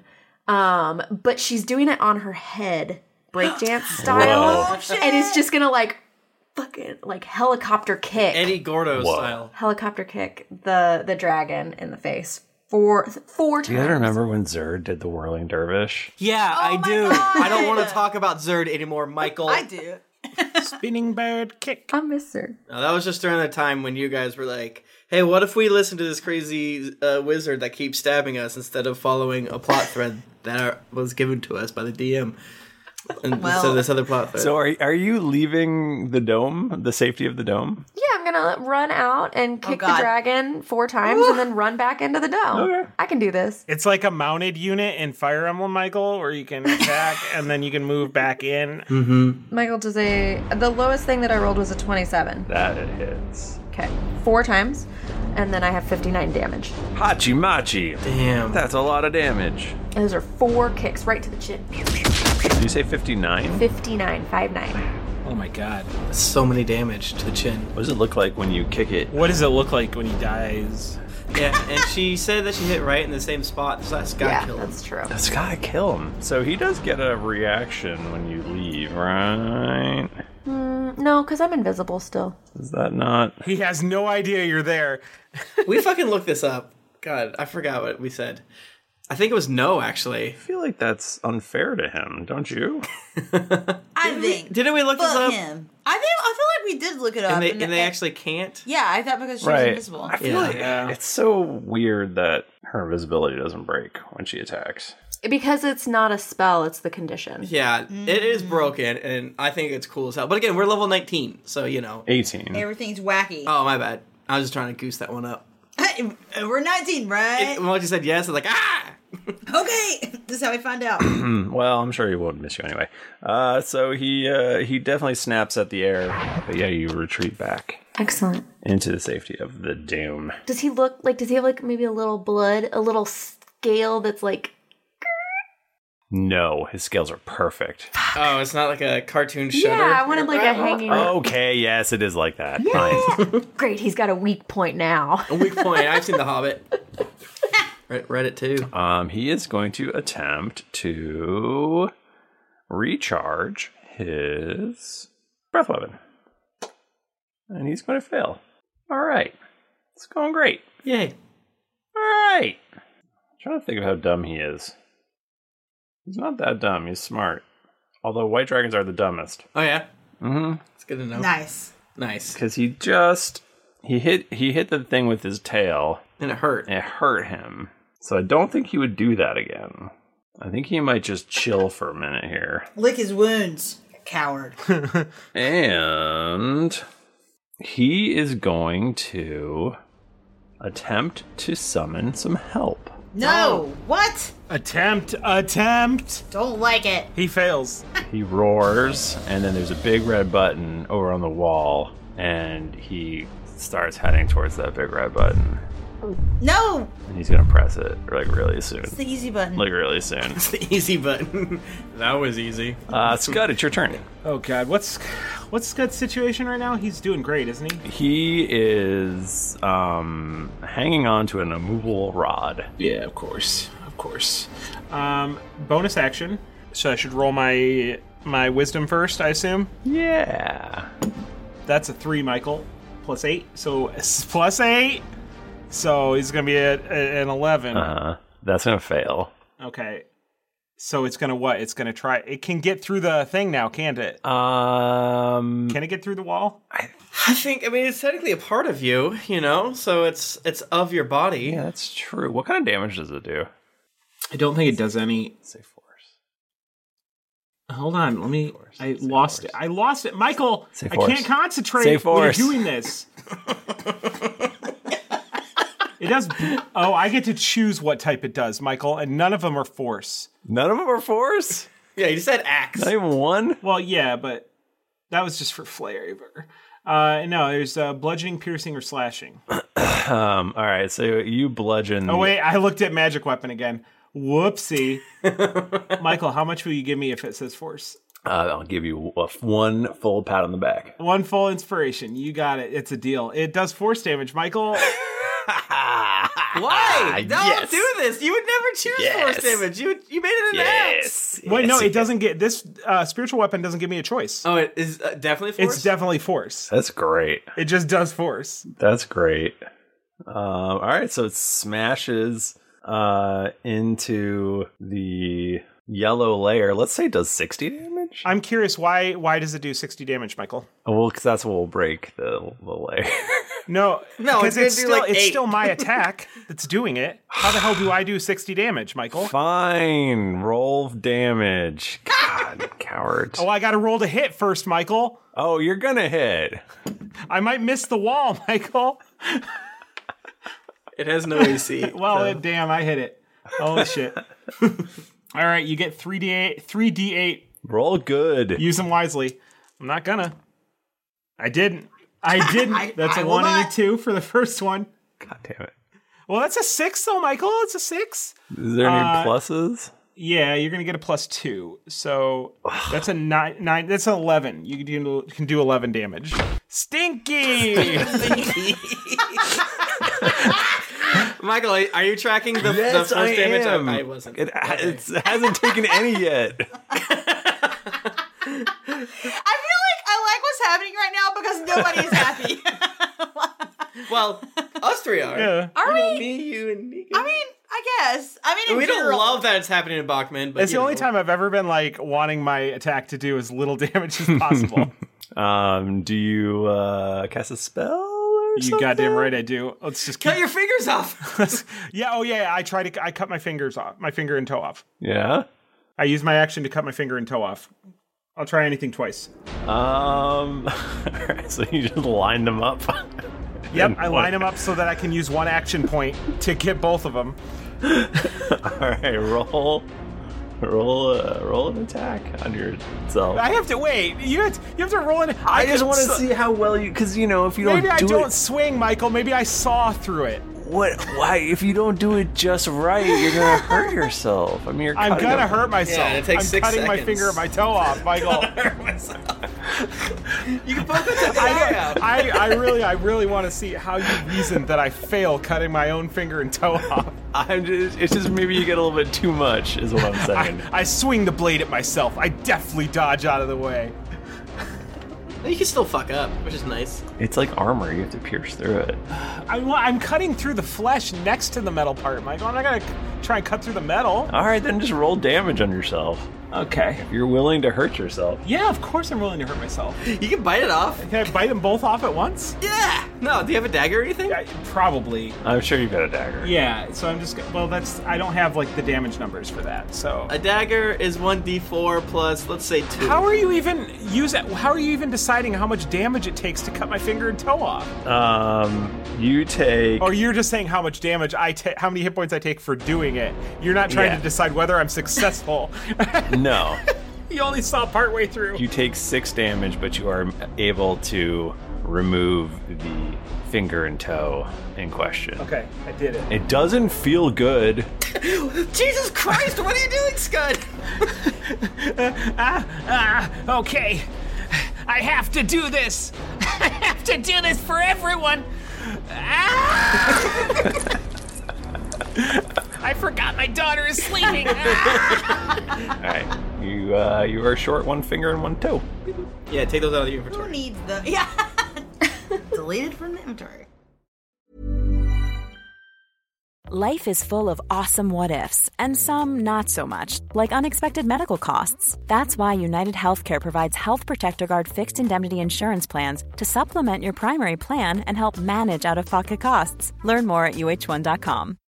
[SPEAKER 2] um, but she's doing it on her head,
[SPEAKER 1] [gasps]
[SPEAKER 2] breakdance [laughs] style,
[SPEAKER 1] Whoa.
[SPEAKER 2] and it's just gonna like fucking like helicopter kick,
[SPEAKER 3] Eddie Gordo
[SPEAKER 1] Whoa.
[SPEAKER 3] style.
[SPEAKER 2] helicopter kick the the dragon in the face four four
[SPEAKER 1] Do you
[SPEAKER 2] times.
[SPEAKER 1] remember when Zerd did the whirling dervish?
[SPEAKER 3] Yeah, I
[SPEAKER 4] Oh my
[SPEAKER 3] do.
[SPEAKER 4] God.
[SPEAKER 3] I don't want to talk about Zerd anymore, Michael.
[SPEAKER 4] I do. [laughs]
[SPEAKER 6] Spinning bird kick.
[SPEAKER 2] I miss her.
[SPEAKER 3] No, that was just during the time when you guys were like, "Hey, what if we listen to this crazy uh, wizard that keeps stabbing us instead of following
[SPEAKER 2] [laughs]
[SPEAKER 3] a plot thread that was given to us by the DM?" And so
[SPEAKER 4] Well-
[SPEAKER 3] this other plot thread.
[SPEAKER 1] So are are you leaving the dome, the safety of the dome?
[SPEAKER 2] Yeah, I'm gonna run out and kick the
[SPEAKER 4] Oh, God.
[SPEAKER 2] dragon four times, and then run back into the dome.
[SPEAKER 1] Okay.
[SPEAKER 2] I can do this.
[SPEAKER 6] It's like a mounted unit in Fire Emblem, Michael, where you can attack and then you can move back in.
[SPEAKER 2] Michael does a the lowest thing that I rolled was a 27.
[SPEAKER 1] That it hits.
[SPEAKER 2] Okay, four times, and then I have 59 damage.
[SPEAKER 1] Hachi machi.
[SPEAKER 3] Damn.
[SPEAKER 1] That's a lot of damage.
[SPEAKER 2] And those are four kicks right to the chin.
[SPEAKER 1] Did you say 59?
[SPEAKER 2] 59, 5 9.
[SPEAKER 6] Oh my god.
[SPEAKER 3] so many damage to the chin.
[SPEAKER 1] What does it look like when you kick it?
[SPEAKER 6] What does it look like when he dies?
[SPEAKER 3] Yeah, and she said that she hit right in the same spot, so that's got
[SPEAKER 2] Yeah,
[SPEAKER 3] killed.
[SPEAKER 2] that's true.
[SPEAKER 1] That's gotta kill him. So he does get a reaction when you leave, right?
[SPEAKER 2] Mm, No, because I'm invisible still.
[SPEAKER 1] Is that not?
[SPEAKER 6] He has no idea you're there. [laughs]
[SPEAKER 3] we fucking looked this up. God, I forgot what we said. I think it was no, actually.
[SPEAKER 1] I feel like that's unfair to him, don't you?
[SPEAKER 4] I think.
[SPEAKER 3] Didn't we look this
[SPEAKER 4] Fuck
[SPEAKER 3] up?
[SPEAKER 4] him. I think. I feel like we did look it up.
[SPEAKER 3] And they, and they actually can't.
[SPEAKER 4] Yeah, I thought because she was invisible.
[SPEAKER 1] I feel
[SPEAKER 3] Yeah.
[SPEAKER 1] like it's so weird that her invisibility doesn't break when she attacks.
[SPEAKER 2] Because it's not a spell, it's the condition.
[SPEAKER 3] Yeah, it is
[SPEAKER 2] Mm.
[SPEAKER 3] broken, and I think it's cool as hell. But again, we're level 19, so you know.
[SPEAKER 1] 18.
[SPEAKER 4] Everything's wacky.
[SPEAKER 3] Oh, my bad. I was just trying to goose that one up.
[SPEAKER 4] We're 19, right?
[SPEAKER 3] When
[SPEAKER 2] [sighs]
[SPEAKER 3] Mochi said yes, I was like, ah!
[SPEAKER 4] okay, [laughs] this is how we find out.
[SPEAKER 1] [clears throat] Well, I'm sure he won't miss you anyway. Uh, so he uh, he definitely snaps at the air, but yeah, you retreat back
[SPEAKER 2] Excellent.
[SPEAKER 1] into the safety of the doom.
[SPEAKER 2] Does he look like, does he have like maybe a little blood, a little scale that's like,
[SPEAKER 1] No, his scales are perfect.
[SPEAKER 3] Oh, it's not like a cartoon shutter.
[SPEAKER 2] yeah, I wanted like a hanging.
[SPEAKER 1] Okay, yes, it is like that. Fine.
[SPEAKER 2] Great, he's got a weak point now.
[SPEAKER 3] A weak [laughs] point.
[SPEAKER 2] [laughs]
[SPEAKER 3] I've seen The Hobbit. Read, read it too.
[SPEAKER 1] Um, he is going to attempt to recharge his breath weapon, and he's going to fail. All right, it's going great.
[SPEAKER 3] Yay.
[SPEAKER 1] All right. I'm trying to think of how dumb he is. He's not that dumb. He's smart. Although white dragons are the dumbest.
[SPEAKER 3] Oh, yeah.
[SPEAKER 1] Mm-hmm.
[SPEAKER 3] It's good to know.
[SPEAKER 4] nice.
[SPEAKER 3] Nice.
[SPEAKER 1] Because he just he hit he hit the thing with his tail
[SPEAKER 3] And it hurt.
[SPEAKER 1] and it hurt him. So I don't think he would do that again. I think he might just chill for a minute here.
[SPEAKER 4] Lick his wounds.
[SPEAKER 3] [laughs]
[SPEAKER 4] Coward.
[SPEAKER 1] And he is going to attempt to summon some help.
[SPEAKER 4] No. What?
[SPEAKER 6] Attempt, attempt.
[SPEAKER 4] Don't like it.
[SPEAKER 6] He fails.
[SPEAKER 1] He roars, and then there's a big red button over on the wall, and he starts heading towards that big red button.
[SPEAKER 4] No.
[SPEAKER 1] And he's gonna press it like really soon.
[SPEAKER 4] It's the easy button.
[SPEAKER 1] Like really soon.
[SPEAKER 3] It's the easy button. [laughs] that was easy.
[SPEAKER 1] Uh, Scud, it's your turn.
[SPEAKER 6] Oh God, what's what's Scud's situation right now? He's doing great, isn't he?
[SPEAKER 1] He is um, hanging on to an immovable rod.
[SPEAKER 6] Yeah, of course, of course. Um, bonus action. So I should roll my my wisdom first, I assume.
[SPEAKER 1] Yeah.
[SPEAKER 6] That's a three, Michael. Plus eight, so it's plus eight. So he's gonna be at, at an eleven.
[SPEAKER 1] Uh, that's gonna fail.
[SPEAKER 6] Okay. So it's gonna what? It's gonna try. It can get through the thing now, can't it?
[SPEAKER 1] Um,
[SPEAKER 6] Can it get through the wall?
[SPEAKER 3] I think. I mean, it's technically a part of you, you know. So it's it's of your body.
[SPEAKER 1] Yeah, that's true. What kind of damage does it do?
[SPEAKER 6] I don't think it does any.
[SPEAKER 1] Say force.
[SPEAKER 6] Hold on, let me. I lost it. I lost it, Michael.
[SPEAKER 1] Say
[SPEAKER 6] I
[SPEAKER 1] force.
[SPEAKER 6] can't concentrate
[SPEAKER 1] Say
[SPEAKER 6] when you're
[SPEAKER 1] force.
[SPEAKER 6] doing this. it does. Oh, I get to choose what type it does, Michael, and none of them are force.
[SPEAKER 1] None of them are force.
[SPEAKER 3] Yeah, you said axe.
[SPEAKER 1] Not even one.
[SPEAKER 6] Well, yeah, but that was just for flavor. Uh, no, there's uh, bludgeoning, piercing, or slashing.
[SPEAKER 1] [laughs] Um. All right. So you bludgeon.
[SPEAKER 6] Oh wait, I looked at magic weapon again. Whoopsie, [laughs] Michael, how much will you give me if it says force?
[SPEAKER 1] Uh, I'll give you a f- one full pat on the back.
[SPEAKER 6] One full inspiration. You got it. It's a deal. It does force damage,
[SPEAKER 1] [laughs]
[SPEAKER 6] Michael.
[SPEAKER 3] Why? Don't
[SPEAKER 1] Ah, yes.
[SPEAKER 3] do this. You would never choose
[SPEAKER 1] Yes.
[SPEAKER 3] force damage. You you made it an axe.
[SPEAKER 1] Yes.
[SPEAKER 6] Wait, no,
[SPEAKER 1] Yes.
[SPEAKER 6] it doesn't get this uh, spiritual weapon doesn't give me a choice.
[SPEAKER 3] Oh, it is uh, definitely force.
[SPEAKER 6] It's definitely force.
[SPEAKER 1] That's great.
[SPEAKER 6] It just does force.
[SPEAKER 1] That's great. Um, all right, so it smashes uh, into the yellow layer. Let's say it does 60 damage.
[SPEAKER 6] I'm curious why why does it do 60 damage, Michael?
[SPEAKER 1] Oh, well, because that's what will break the, the layer. [laughs]
[SPEAKER 6] No,
[SPEAKER 3] [laughs] No,
[SPEAKER 6] because
[SPEAKER 3] it's gonna do
[SPEAKER 6] still
[SPEAKER 3] like
[SPEAKER 6] it's
[SPEAKER 3] eight.
[SPEAKER 6] still
[SPEAKER 3] [laughs]
[SPEAKER 6] my attack that's doing it. How the hell do I do 60 damage, Michael?
[SPEAKER 1] Fine, roll damage.
[SPEAKER 6] [laughs]
[SPEAKER 1] God, coward.
[SPEAKER 6] Oh, I got to roll to hit first, Michael.
[SPEAKER 1] Oh, you're gonna hit.
[SPEAKER 6] I might miss the wall, [laughs] Michael.
[SPEAKER 3] It has
[SPEAKER 6] [laughs]
[SPEAKER 3] no AC.
[SPEAKER 6] Well, it, damn, I hit it. Oh shit. All right, you get 3d8 3d8
[SPEAKER 1] Roll good.
[SPEAKER 6] Use them wisely. I'm not gonna. I didn't.
[SPEAKER 3] [laughs]
[SPEAKER 6] I didn't. That's a one and a two for the first one.
[SPEAKER 1] God damn it.
[SPEAKER 6] Well, that's a six though, Michael. It's a six.
[SPEAKER 1] Is there any
[SPEAKER 6] Uh,
[SPEAKER 1] pluses?
[SPEAKER 6] Yeah, you're gonna get a plus two.
[SPEAKER 1] [sighs]
[SPEAKER 6] So that's a nine. Nine. That's an eleven. You can do, can do eleven damage. Stinky.
[SPEAKER 3] Michael, are are
[SPEAKER 2] [laughs]
[SPEAKER 3] you tracking the, the first damage? I, I wasn't.
[SPEAKER 1] It, it's- it hasn't taken any
[SPEAKER 3] [laughs]
[SPEAKER 1] yet.
[SPEAKER 4] [laughs] I feel like I like what's happening right now because nobody is happy. [laughs]
[SPEAKER 3] well, us three are.
[SPEAKER 6] Yeah.
[SPEAKER 4] Are we?
[SPEAKER 3] Me, you, and Nico.
[SPEAKER 4] I mean, I guess. I mean, in
[SPEAKER 3] we don't
[SPEAKER 4] general-
[SPEAKER 3] love that it's happening to Bachman, but
[SPEAKER 6] It's the
[SPEAKER 3] you
[SPEAKER 6] only
[SPEAKER 3] know.
[SPEAKER 6] time I've ever been like wanting my attack to do as little [laughs] damage as possible.
[SPEAKER 1] Um, do you uh, cast a spell? Or
[SPEAKER 6] you
[SPEAKER 1] something?
[SPEAKER 6] goddamn right, I do. Let's just keep.
[SPEAKER 3] [laughs] Cut your fingers off.
[SPEAKER 6] [laughs] yeah. Oh yeah. I try to. I cut my fingers off. My finger and toe off.
[SPEAKER 1] Yeah.
[SPEAKER 6] I use my action to cut my finger and toe off. I'll try anything twice.
[SPEAKER 1] Um, [laughs] so you just lined them up.
[SPEAKER 6] Yep,
[SPEAKER 1] [laughs]
[SPEAKER 6] I line them up so that I can use one action point to get both of them.
[SPEAKER 1] All right, roll, roll, uh, roll an attack on yourself.
[SPEAKER 6] I have to wait. You have to, you have to roll in.
[SPEAKER 1] I just
[SPEAKER 6] can
[SPEAKER 1] want to
[SPEAKER 6] s-
[SPEAKER 1] see how well you, because you know, if you
[SPEAKER 6] Maybe
[SPEAKER 1] don't
[SPEAKER 6] I
[SPEAKER 1] do
[SPEAKER 6] don't
[SPEAKER 1] it,
[SPEAKER 6] swing, Michael. Maybe I saw through it.
[SPEAKER 1] what? Why? If you don't do it just right, you're gonna hurt yourself. I mean, you're
[SPEAKER 6] I'm
[SPEAKER 1] cutting
[SPEAKER 6] gonna
[SPEAKER 1] a-
[SPEAKER 6] hurt myself.
[SPEAKER 3] Yeah, it takes
[SPEAKER 6] I'm
[SPEAKER 3] six
[SPEAKER 6] cutting my
[SPEAKER 3] seconds.
[SPEAKER 6] finger and my toe
[SPEAKER 3] [laughs]
[SPEAKER 6] off, Michael.
[SPEAKER 3] you can both take the eye out.
[SPEAKER 6] I, I really I really want to see how you reason that I fail cutting my own finger and toe off.
[SPEAKER 1] I'm just. It's just maybe you get a little bit too much, is what I'm saying.
[SPEAKER 6] I swing the blade at myself. I deftly dodge out of the way.
[SPEAKER 3] You can still fuck up, which is nice.
[SPEAKER 1] it's like armor. You have to pierce through it.
[SPEAKER 6] I'm, I'm cutting through the flesh next to the metal part, Michael. I'm not gonna c- try and cut through the metal.
[SPEAKER 1] All right, then just roll damage on yourself.
[SPEAKER 6] Okay.
[SPEAKER 1] If you're willing to hurt yourself.
[SPEAKER 6] Yeah, of course I'm willing to hurt myself.
[SPEAKER 3] You can bite it off.
[SPEAKER 6] Can I bite them both off at once?
[SPEAKER 3] Yeah. No, do you have a dagger or anything?
[SPEAKER 9] probably.
[SPEAKER 1] I'm sure you've got a dagger.
[SPEAKER 9] Yeah, so I'm just go- well. That's I don't have like the damage numbers for that. So
[SPEAKER 3] A dagger is 1d4 plus, let's say,
[SPEAKER 1] [laughs]
[SPEAKER 3] 2.
[SPEAKER 9] how are you even use it? How are you even deciding how much damage it takes to cut my finger and toe off?
[SPEAKER 1] Um, you take.
[SPEAKER 9] Or you're just saying how much damage I take, how many hit points I take for doing it. You're not trying
[SPEAKER 1] Yeah.
[SPEAKER 9] to decide whether I'm
[SPEAKER 3] [laughs]
[SPEAKER 9] successful.
[SPEAKER 1] No.
[SPEAKER 9] you only saw partway through.
[SPEAKER 1] You take six damage, but you are able to remove the finger and toe in question.
[SPEAKER 9] okay, I did it.
[SPEAKER 1] It doesn't feel good.
[SPEAKER 3] [laughs] Jesus Christ, what are you doing, Scud?
[SPEAKER 9] [laughs] Ah, okay. I have to do this. [laughs] I have to do this for everyone. I forgot my daughter is
[SPEAKER 3] [laughs]
[SPEAKER 9] sleeping.
[SPEAKER 1] All right, you uh, you are short one finger and one toe.
[SPEAKER 3] Yeah, take those out of the
[SPEAKER 4] Who
[SPEAKER 3] inventory.
[SPEAKER 4] needs the [laughs] yeah? Deleted from the inventory.
[SPEAKER 7] Life is full of awesome what ifs and some not so much, like unexpected medical costs. That's why United Healthcare provides Health Protector Guard fixed indemnity insurance plans to supplement your primary plan and help manage out of pocket costs. Learn more at uh1.com.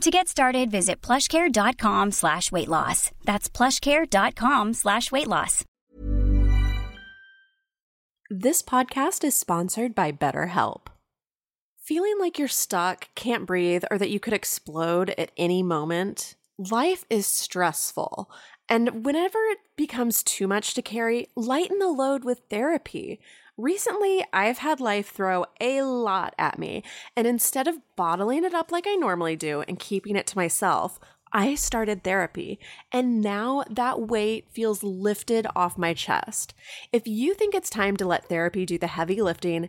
[SPEAKER 10] To get started, visit plushcare.com slash weight loss. That's plushcare.com slash weight loss.
[SPEAKER 11] This podcast is sponsored by BetterHelp. Feeling like you're stuck, can't breathe, or that you could explode at any moment? Life is stressful. And whenever it becomes too much to carry, lighten the load with therapy. Recently, I've had life throw a lot at me, and instead of bottling it up like I normally do and keeping it to myself, I started therapy, and now that weight feels lifted off my chest. If you think it's time to let therapy do the heavy lifting,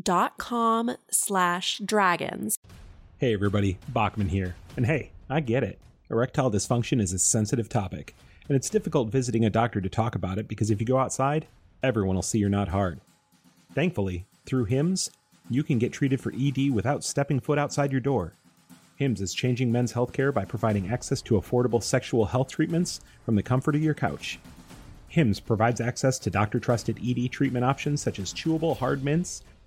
[SPEAKER 11] betterhelp.com slash dragons.
[SPEAKER 6] Hey, everybody, Bachman here. And hey, I get it. Erectile dysfunction is a sensitive topic, and it's difficult visiting a doctor to talk about it because if you go outside, everyone will see you're not hard. Thankfully, through HIMS, you can get treated for ED without stepping foot outside your door. HIMS is changing men's healthcare by providing access to affordable sexual health treatments from the comfort of your couch. HIMS provides access to doctor trusted ED treatment options such as chewable hard mints,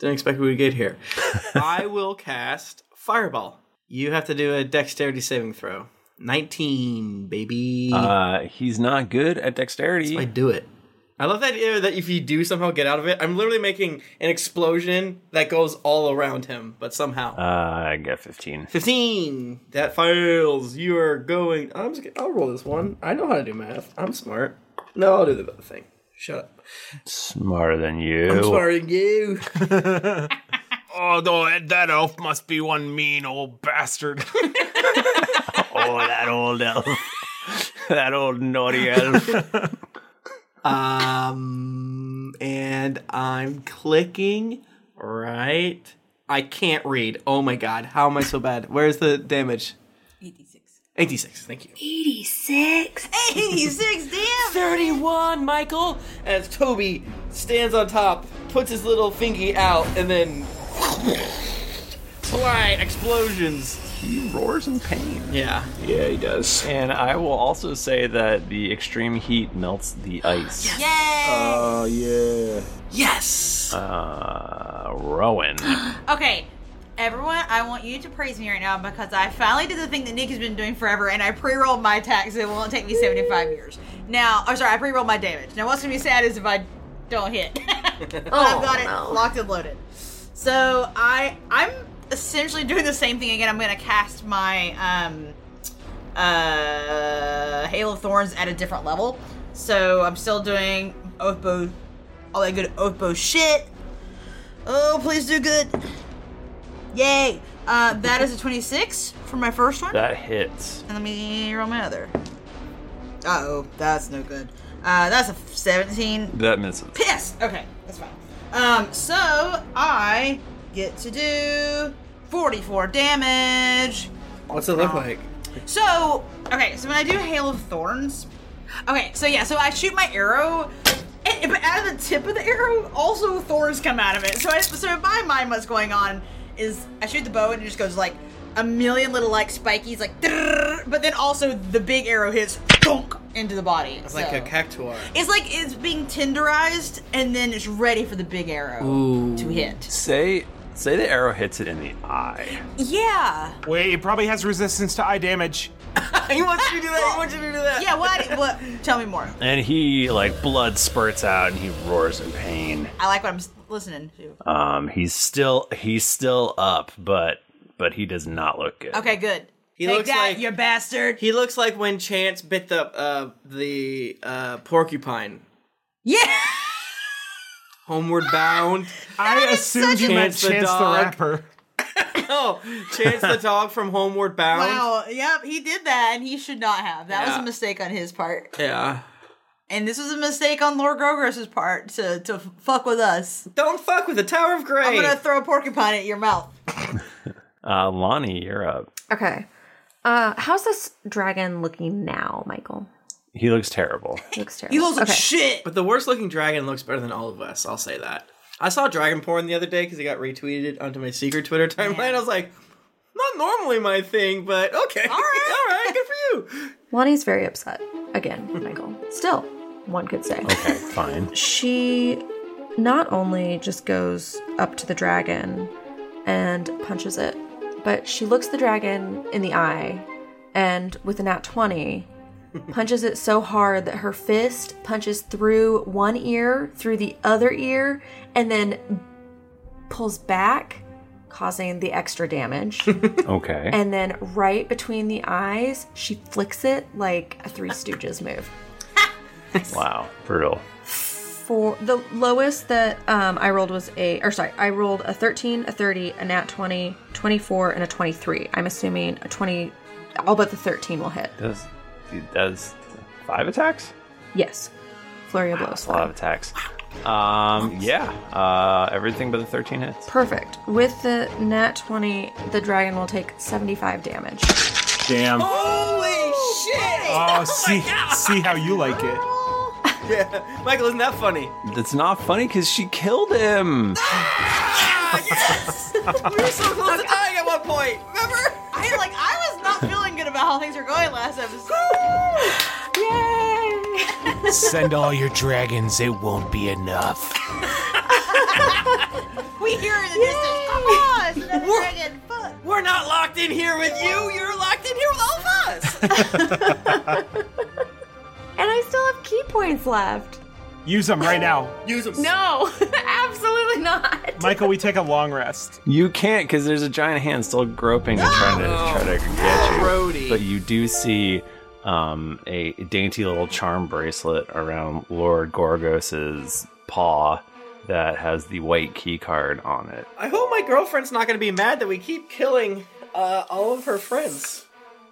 [SPEAKER 3] Didn't expect we would get here. I will cast Fireball. You have to do a dexterity saving throw. 19, baby.
[SPEAKER 1] Uh, he's not good at dexterity. I
[SPEAKER 3] do it. I love that idea that if you do somehow get out of it, I'm literally making an explosion that goes all around him, but somehow.
[SPEAKER 1] Uh, I got fifteen.
[SPEAKER 3] 15. That fails. You are going. I'm just, I'll roll this one. I know how to do math. I'm smart. No, I'll do the other thing. Shut up.
[SPEAKER 1] Smarter than you.
[SPEAKER 3] I'm smarter than you.
[SPEAKER 9] Although that, that elf must be one mean old bastard.
[SPEAKER 1] Oh, that old elf. [laughs] that old naughty elf.
[SPEAKER 3] [laughs] um, and and I'm clicking right. I can't read. Oh my god, how am I so bad? Where's the damage? 86. 86. Thank you.
[SPEAKER 4] 86. 86, damn.
[SPEAKER 3] 31, Michael. As Toby stands on top, puts his little fingy out, and then fly explosions.
[SPEAKER 1] He roars in pain.
[SPEAKER 3] Yeah.
[SPEAKER 1] Yeah, he does. And I will also say that the extreme heat melts the ice. Oh, yeah.
[SPEAKER 3] Yes!
[SPEAKER 1] Uh, Rowan.
[SPEAKER 4] Okay, everyone, I want you to praise me right now because I finally did the thing that Nick has been doing forever, and I pre-rolled my attacks. It won't take me seventy-five years. Now, oh, sorry, I pre-rolled my damage. Now, what's gonna be sad is if I don't hit. But
[SPEAKER 8] Oh,
[SPEAKER 4] I've got it locked and loaded. So I, I'm essentially [laughs] doing the same thing again. I'm gonna cast my um, uh, Hail of Thorns at a different level. So I'm still doing Oathbow, all that good Oathbow shit. Oh, please do good. Yay! Uh, that is a 26 for my first one.
[SPEAKER 1] That hits.
[SPEAKER 4] And let me roll my other. Uh oh, that's no good. Uh, that's a 17.
[SPEAKER 1] That misses.
[SPEAKER 4] Piss! Okay, that's fine. Um, so I get to do 44 damage.
[SPEAKER 3] What's it look like?
[SPEAKER 4] So, okay, so when I do Hail of Thorns, okay, so yeah, so I shoot my arrow, and, but out of the tip of the arrow, also thorns come out of it. So, I, so in my mind, what's going on is I shoot the bow and it just goes like a million little like spikies, like, "Drrrr," but then also the big arrow hits thunk, into the body.
[SPEAKER 3] It's like
[SPEAKER 4] so.
[SPEAKER 3] a cactuar.
[SPEAKER 4] It's like it's being tenderized and then it's ready for the big arrow to hit.
[SPEAKER 1] Say, say the arrow hits it in the eye.
[SPEAKER 4] Yeah.
[SPEAKER 6] Wait, it probably has resistance to eye damage.
[SPEAKER 4] [laughs] he wants you to do that. He wants you to do that. Yeah. What? What? Tell me more.
[SPEAKER 1] And he, like, blood spurts out and he roars in pain.
[SPEAKER 4] I like what I'm s- listening [laughs] to.
[SPEAKER 1] Um, he's still, he's still up, but, but he does not look good.
[SPEAKER 4] Okay, good.
[SPEAKER 3] He
[SPEAKER 4] Take
[SPEAKER 3] looks
[SPEAKER 4] that,
[SPEAKER 3] like
[SPEAKER 4] you bastard.
[SPEAKER 3] He looks like when Chance bit the uh, the uh, porcupine.
[SPEAKER 4] Yeah.
[SPEAKER 3] Homeward [laughs] bound.
[SPEAKER 6] I assumed you meant Chance the
[SPEAKER 3] Rapper.
[SPEAKER 4] Oh,
[SPEAKER 3] no, Chance the dog from Homeward Bound.
[SPEAKER 4] Wow. Yep. He did that, and he should not have. That was
[SPEAKER 3] Yeah.
[SPEAKER 4] a mistake on his part,
[SPEAKER 3] Yeah.
[SPEAKER 4] and this was a mistake on Lord Grogros's part to to f- fuck with us.
[SPEAKER 3] Don't fuck with the Tower of Grey.
[SPEAKER 4] I'm gonna throw a porcupine at your mouth.
[SPEAKER 1] Uh, Lonnie, you're up.
[SPEAKER 2] Okay. Uh, how's this dragon looking now, Michael?
[SPEAKER 1] He looks terrible.
[SPEAKER 2] Looks terrible.
[SPEAKER 3] He looks like
[SPEAKER 2] Okay.
[SPEAKER 3] shit. But the worst looking dragon looks better than all of us. I'll say that. I saw dragon porn the other day because it got retweeted onto my secret Twitter timeline. I was like, not normally my thing, but okay, all right, [laughs] all right, good for you.
[SPEAKER 2] Lonnie's very upset again, Michael. Still, one could say.
[SPEAKER 1] Okay, fine.
[SPEAKER 2] She not only just goes up to the dragon and punches it, but she looks the dragon in the eye and with an at 20 punches it so hard that her fist punches through one ear, through the other ear, and then pulls back, causing the extra damage.
[SPEAKER 1] Okay.
[SPEAKER 2] And then right between the eyes, she flicks it like a Three Stooges move.
[SPEAKER 1] [laughs] Wow, brutal.
[SPEAKER 2] For the lowest that um, I rolled was a, or sorry, I rolled a 13, a 30, a nat 20, 24, and a 23. I'm assuming a 20, all but the 13 will hit.
[SPEAKER 1] Does, dude, does five attacks?
[SPEAKER 2] Yes. Flurry of blows.
[SPEAKER 1] That's a lot of attacks. Um, yeah. Uh, everything but the 13 hits.
[SPEAKER 2] Perfect. With the nat 20, the dragon will take 75 damage.
[SPEAKER 1] Damn.
[SPEAKER 3] [laughs]
[SPEAKER 12] Oh
[SPEAKER 3] Holy shit!
[SPEAKER 6] Oh, see, see how you like it.
[SPEAKER 3] Yeah, Michael, isn't that funny?
[SPEAKER 1] That's not funny because she killed him.
[SPEAKER 3] we were so close to dying at one point. Remember?
[SPEAKER 4] I am like I was not feeling good about how things were going last
[SPEAKER 3] [gasps]
[SPEAKER 4] [laughs]
[SPEAKER 13] Send all your dragons, it won't be enough.
[SPEAKER 4] episode. we hear it in the distance. Come on, it's another dragon.
[SPEAKER 3] We're not locked in here with you. You're locked in here with all of us.
[SPEAKER 2] [laughs]
[SPEAKER 3] [laughs]
[SPEAKER 2] And I still have key points left.
[SPEAKER 6] Use them right now.
[SPEAKER 3] Use them.
[SPEAKER 2] No, [laughs] absolutely not.
[SPEAKER 6] Michael, we take a long rest.
[SPEAKER 1] You can't because there's a giant hand still groping and trying to try to get you.
[SPEAKER 6] Brody.
[SPEAKER 1] But you do see um, a dainty little charm bracelet around Lord Gorgos's paw that has the white key card on it.
[SPEAKER 3] I hope my girlfriend's not going to be mad that we keep killing uh, all of her friends.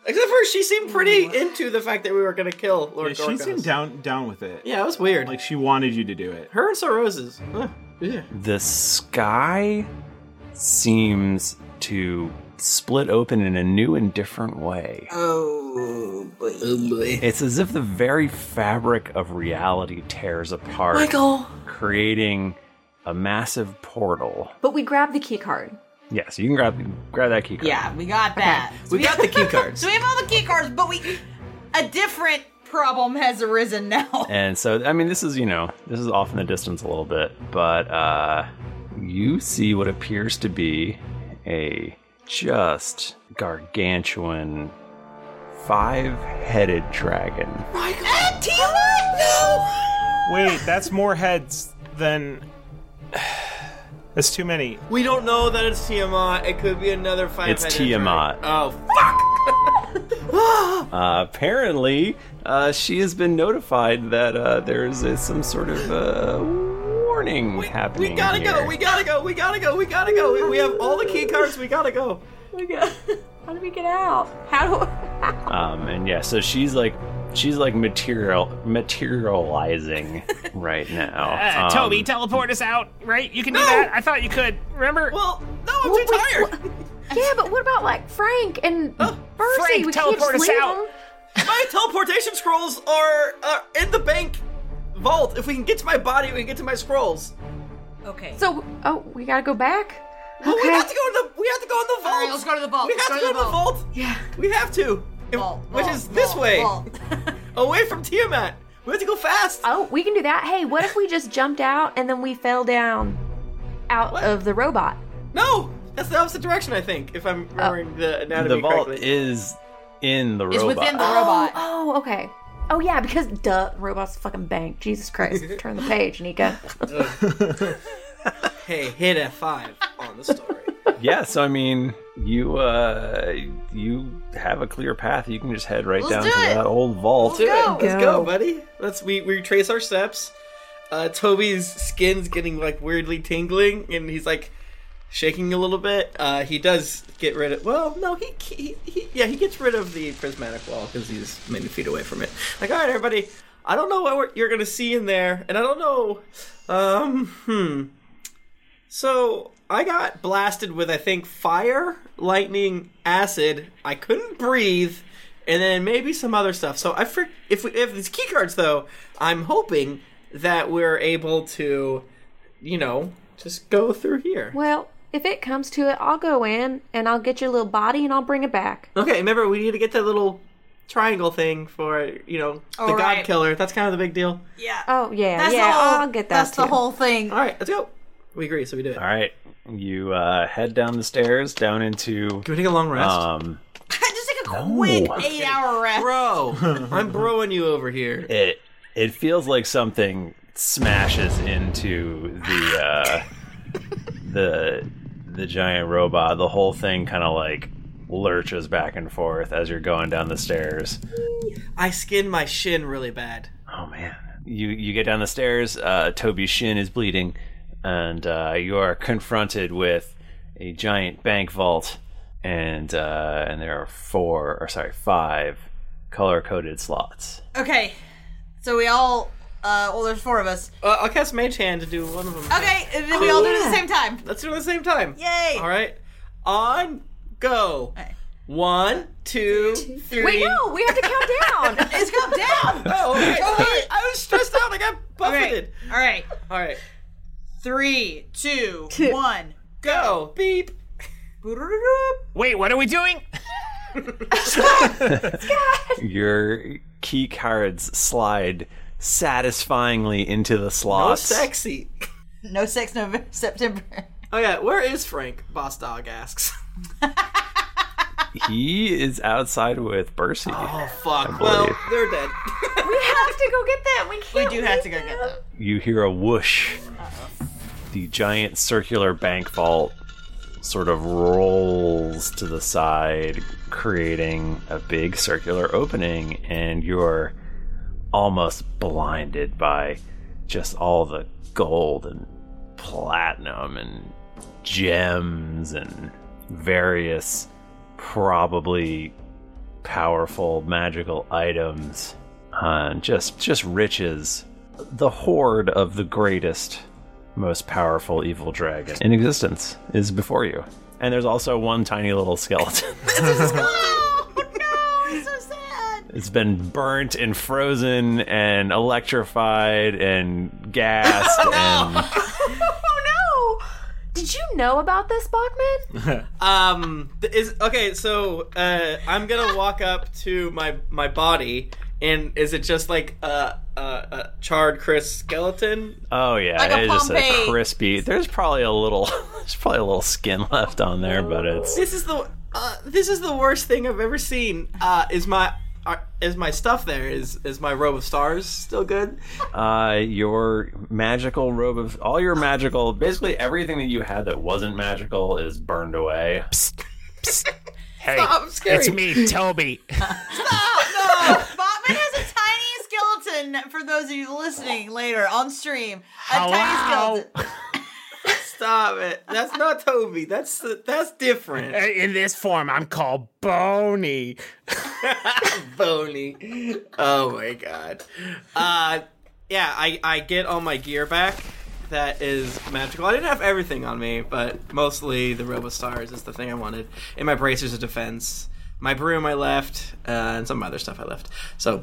[SPEAKER 3] Except for she seemed pretty into the fact that we were going to kill Lord
[SPEAKER 6] Yeah, she seemed down down with it.
[SPEAKER 3] Yeah, it was weird.
[SPEAKER 6] Like she wanted you to do it.
[SPEAKER 3] Her and Sir Roses. Huh. Yeah.
[SPEAKER 1] The sky seems to split open in a new and different way.
[SPEAKER 3] Oh boy.
[SPEAKER 1] It's as if the very fabric of reality tears apart,
[SPEAKER 2] Michael.
[SPEAKER 1] creating a massive portal.
[SPEAKER 2] But we grabbed the key card.
[SPEAKER 1] Yes, you can grab grab that key card.
[SPEAKER 4] Yeah, we got that.
[SPEAKER 1] We got the key cards.
[SPEAKER 4] So we have all the key cards, but we a different problem has arisen
[SPEAKER 3] [laughs]
[SPEAKER 4] now.
[SPEAKER 1] And so, I mean, this is, you know, this is off in the distance a little bit, but uh, you see what appears to be a just gargantuan five headed
[SPEAKER 3] [gasps]
[SPEAKER 1] dragon.
[SPEAKER 4] And Tiamat, no!
[SPEAKER 6] Wait, that's more heads than. [sighs] That's too many.
[SPEAKER 3] We don't know that it's Tiamat. It could be another five.
[SPEAKER 1] It's Tiamat.
[SPEAKER 3] Oh fuck!
[SPEAKER 1] Uh, apparently, uh, she has been notified that uh, there's uh, some sort of uh, warning happening.
[SPEAKER 3] we gotta
[SPEAKER 1] here.
[SPEAKER 3] go. We gotta go. We gotta go. We gotta go. We, we have all the key cards. We gotta go.
[SPEAKER 2] We got. [laughs] How do we get out? How do?
[SPEAKER 1] Um, and yeah, so she's like, she's like material
[SPEAKER 3] [laughs]
[SPEAKER 1] materializing right now.
[SPEAKER 13] Uh,
[SPEAKER 1] Um,
[SPEAKER 13] Toby, teleport us out, right? You can do that? I thought you could. Remember?
[SPEAKER 3] Well, no, I'm
[SPEAKER 2] too tired. yeah, but what about like Frank and Percy?
[SPEAKER 13] Frank,
[SPEAKER 2] we can't
[SPEAKER 13] teleport
[SPEAKER 2] just
[SPEAKER 13] us
[SPEAKER 2] leave
[SPEAKER 13] out.
[SPEAKER 2] them.
[SPEAKER 3] My teleportation scrolls are uh, in the bank vault. If we can get to my body, we can get to my scrolls.
[SPEAKER 4] Okay.
[SPEAKER 2] So, oh, we gotta go back.
[SPEAKER 3] Well, we have to go to the we have to go in the vault.
[SPEAKER 4] All right, let's go to the vault.
[SPEAKER 3] We
[SPEAKER 4] Let's
[SPEAKER 3] have to
[SPEAKER 4] go
[SPEAKER 3] go
[SPEAKER 4] to
[SPEAKER 3] to
[SPEAKER 4] the
[SPEAKER 3] the vault. Yeah, we have to. If- which is this way, [laughs] away from Tiamat. We have to go fast.
[SPEAKER 2] Oh, we can do that. Hey, what if we just jumped out and then we fell down out of the robot?
[SPEAKER 3] No, that's the opposite direction. I think, if I'm
[SPEAKER 4] Uh,
[SPEAKER 3] remembering the anatomy
[SPEAKER 1] the vault
[SPEAKER 3] correctly.
[SPEAKER 1] is in the
[SPEAKER 3] Is
[SPEAKER 1] robot.
[SPEAKER 3] within the
[SPEAKER 2] oh,
[SPEAKER 3] robot.
[SPEAKER 2] Oh, okay. Oh yeah, because duh, robot's a fucking bank. Jesus
[SPEAKER 3] [laughs]
[SPEAKER 2] Christ, turn the page, Nika.
[SPEAKER 3] hey, hit F five on the story.
[SPEAKER 1] [laughs] yeah, so I mean, you uh, you have a clear path. You can just head right
[SPEAKER 3] Let's
[SPEAKER 1] down
[SPEAKER 3] do
[SPEAKER 1] to
[SPEAKER 3] it.
[SPEAKER 1] that old vault.
[SPEAKER 3] Let's do it. Let's go, buddy. Let's we we trace our steps. Uh, Toby's skin's getting like weirdly tingling, and he's like shaking a little bit. Uh, he does get rid of. Well, no, he, he, he yeah, he gets rid of the prismatic wall because he's many feet away from it. Like, all right, everybody. I don't know what we're, you're gonna see in there, and I don't know. Um, hmm. So I got blasted with I think fire, lightning, acid. I couldn't breathe, and then maybe some other stuff. So I for, if we, if these key cards though, I'm hoping that we're able to, you know, just go through here.
[SPEAKER 2] well, if it comes to it, I'll go in and I'll get your little body and I'll bring it back.
[SPEAKER 3] [laughs] Okay, remember we need to get that little triangle thing for you know
[SPEAKER 2] Oh,
[SPEAKER 3] the
[SPEAKER 2] right.
[SPEAKER 3] God Killer. That's kind of the big deal.
[SPEAKER 4] Yeah.
[SPEAKER 2] Oh yeah,
[SPEAKER 4] That's the
[SPEAKER 2] yeah.
[SPEAKER 4] whole-
[SPEAKER 2] I'll get that.
[SPEAKER 4] that's the
[SPEAKER 2] too.
[SPEAKER 4] whole thing.
[SPEAKER 3] All right, let's go. We agree, so we do it.
[SPEAKER 1] All right, you uh, head down the stairs, down into. Can
[SPEAKER 3] we take a long rest?
[SPEAKER 1] Um,
[SPEAKER 4] [laughs] Just like a
[SPEAKER 1] No.
[SPEAKER 4] quick eight hour
[SPEAKER 1] [laughs]
[SPEAKER 4] rest.
[SPEAKER 3] Bro, I'm broing you over here.
[SPEAKER 1] it it feels like something smashes into the uh, the the giant robot. The whole thing kind of like lurches back and forth as you're going down the stairs.
[SPEAKER 3] I skinned my shin really bad.
[SPEAKER 1] Oh man. You you get down the stairs. Uh, Toby's shin is bleeding, and uh, you are confronted with a giant bank vault, and uh, and there are four or sorry five color coded slots.
[SPEAKER 4] Okay. So we all uh well there's four of us.
[SPEAKER 3] Uh, I'll cast Mage Hand to do one of them.
[SPEAKER 4] Okay, and then we all do it at
[SPEAKER 3] Yeah.
[SPEAKER 4] the same time.
[SPEAKER 3] Let's do it at the same time.
[SPEAKER 4] Yay!
[SPEAKER 3] All right, on go. One, two, three.
[SPEAKER 2] Wait, no, we have to count down.
[SPEAKER 4] [laughs] it's count down.
[SPEAKER 3] Oh, okay. Sorry. I was stressed out. I got buffeted.
[SPEAKER 4] All right.
[SPEAKER 3] All right.
[SPEAKER 4] Three, two,
[SPEAKER 13] Two.
[SPEAKER 4] one,
[SPEAKER 3] go. Beep.
[SPEAKER 13] Wait, what are we doing?
[SPEAKER 1] Your key cards slide satisfyingly into the
[SPEAKER 3] No
[SPEAKER 1] slots.
[SPEAKER 3] sexy.
[SPEAKER 4] No sex November [laughs] September.
[SPEAKER 3] Oh yeah, where is Frank? Boss Dog asks.
[SPEAKER 1] He is outside with Bercy.
[SPEAKER 3] Oh fuck. Well, [laughs] they're dead.
[SPEAKER 2] we have to go get them. We can't.
[SPEAKER 4] We do have to go get them.
[SPEAKER 1] you hear a whoosh. The giant circular bank vault sort of rolls to the side, creating a big circular opening, and you're almost blinded by just all the gold and platinum and gems and various probably powerful magical items, uh, just just riches. The horde of the greatest, most powerful evil dragon in existence is before you. And there's also one tiny little skeleton. [laughs]
[SPEAKER 3] [laughs] oh,
[SPEAKER 1] It's been burnt and frozen and electrified and
[SPEAKER 3] [laughs]
[SPEAKER 1] gassed and
[SPEAKER 2] Oh no! Did you know about this, Bachman?
[SPEAKER 3] Um, th- is okay. So uh, I'm gonna walk up to my my body, and is it just like a, a, a charred Chris skeleton?
[SPEAKER 1] Oh yeah,
[SPEAKER 3] Like a
[SPEAKER 1] it's just a
[SPEAKER 3] Pompeii.
[SPEAKER 1] crispy. There's probably a little, [laughs] there's probably a little skin left on there, but it's
[SPEAKER 3] This is the uh, this is the worst thing I've ever seen. Uh, is my are, is my stuff there? Is is my robe of stars still good?
[SPEAKER 1] uh, your magical robe of all your magical, basically everything that you had that wasn't magical is burned away.
[SPEAKER 13] Hey,
[SPEAKER 4] Stop, scary.
[SPEAKER 13] it's me, Toby.
[SPEAKER 4] No, Botman has a tiny skeleton. For those of you listening later on stream, a tiny skeleton.
[SPEAKER 3] [laughs] Stop it. That's not Toby. That's that's different.
[SPEAKER 13] Uh, In this form, I'm called Bony.
[SPEAKER 3] [laughs] Bony. Oh my god. Uh, yeah, I, I get all my gear back. That is magical. I didn't have everything on me, but mostly the robe of stars is the thing I wanted, and my bracers of defense, my broom I left, uh, and some other stuff I left. So,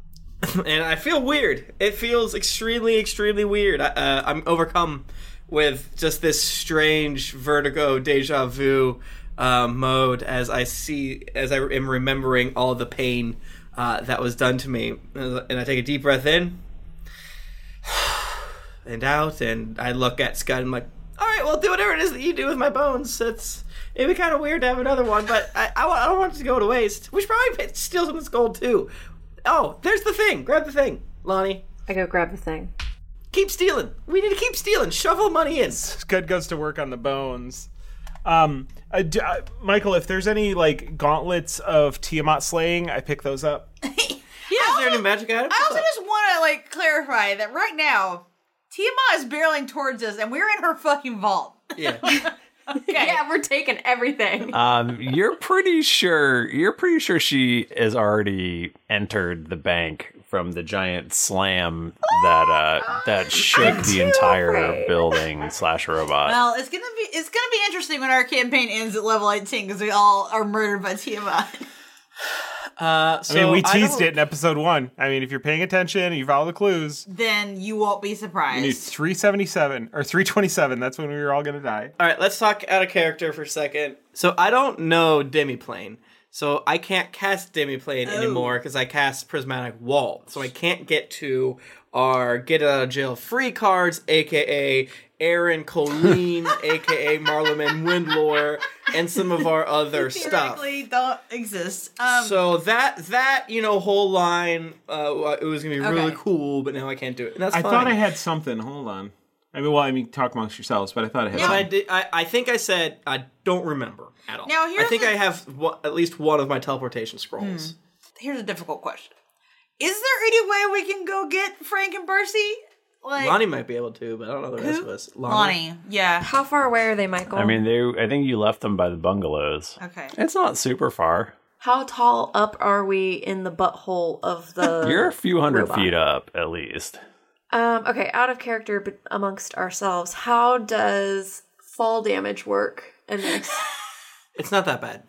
[SPEAKER 3] [laughs] and I feel weird. It feels extremely, extremely weird. I, uh, I'm overcome with just this strange vertigo, deja vu uh, mode as I see, as I am remembering all the pain uh, that was done to me. And I take a deep breath in [sighs] and out, and I look at Scott and I'm like, all right, well, do whatever it is that you do with my bones. It's it'd be kind of weird to have another one, but I, I, wa- I don't want it to go to waste. We should probably steal some of this gold too. Oh, there's the thing. Grab the thing, Lonnie.
[SPEAKER 2] I go grab the thing.
[SPEAKER 3] Keep stealing. We need to keep stealing. Shovel money in.
[SPEAKER 6] Scud goes to work on the bones. Um, uh, d- uh, Michael, if there's any like gauntlets of Tiamat slaying, I pick those up.
[SPEAKER 3] Yeah, is there any magic item?
[SPEAKER 4] I also just want to like clarify that right now, Tiamat is barreling towards us, and we're in her
[SPEAKER 2] [laughs]
[SPEAKER 4] fucking vault.
[SPEAKER 3] Yeah.
[SPEAKER 2] Yeah, we're taking everything.
[SPEAKER 1] um, you're pretty sure you're pretty sure she has already entered the bank from the giant slam that uh, that shook the entire building slash robot.
[SPEAKER 4] Well, it's gonna be it's gonna be interesting when our campaign ends at level eighteen because we all are murdered by Tiamat. [laughs]
[SPEAKER 3] Uh,
[SPEAKER 6] I mean,
[SPEAKER 4] so
[SPEAKER 6] we
[SPEAKER 4] I
[SPEAKER 6] teased
[SPEAKER 4] don't-
[SPEAKER 6] it in episode one. I mean, if you're paying attention and you follow the clues,
[SPEAKER 4] Then you won't be
[SPEAKER 6] you need
[SPEAKER 4] surprised.
[SPEAKER 6] 377 or 327. That's when we were all going to die.
[SPEAKER 3] All right, let's talk out of character for a second. So I don't know Demiplane. So I can't cast Demiplane
[SPEAKER 4] Oh.
[SPEAKER 3] anymore because I cast Prismatic Wall. So I can't get to our get out of jail free cards, aka
[SPEAKER 4] [laughs]
[SPEAKER 3] Aaron Colleen, aka Marlon Windlore, and some of our other stuff.
[SPEAKER 4] [laughs] Theoretically, don't exist. Um,
[SPEAKER 3] so that that you know whole line, uh, it was gonna be really
[SPEAKER 4] Okay.
[SPEAKER 3] cool, but now I can't do it. And that's
[SPEAKER 6] I thought I
[SPEAKER 3] fine.
[SPEAKER 6] had something. Hold on. I mean, well, I mean, talk amongst yourselves, but I thought I had
[SPEAKER 3] But I,
[SPEAKER 6] something.
[SPEAKER 3] did, I, I think I said I don't remember at all.
[SPEAKER 4] Now,
[SPEAKER 3] I
[SPEAKER 4] here's
[SPEAKER 3] think
[SPEAKER 4] the- Hmm.
[SPEAKER 3] I have one, at least one of my teleportation scrolls.
[SPEAKER 4] here's a difficult question: Is there any way we can go get Frank and Percy? Like
[SPEAKER 3] Lonnie might be able to, but I don't know the rest of us.
[SPEAKER 4] yeah.
[SPEAKER 2] How far away are they, Michael?
[SPEAKER 1] I mean, they. I think you left them by the bungalows.
[SPEAKER 4] Okay.
[SPEAKER 1] It's not super far.
[SPEAKER 2] How tall up are we in the butthole of the?
[SPEAKER 1] [laughs] You're a few hundred
[SPEAKER 2] robot?
[SPEAKER 1] feet up at least.
[SPEAKER 2] Um, okay, out of character, but amongst ourselves, how does fall damage work? And
[SPEAKER 3] It's not that bad.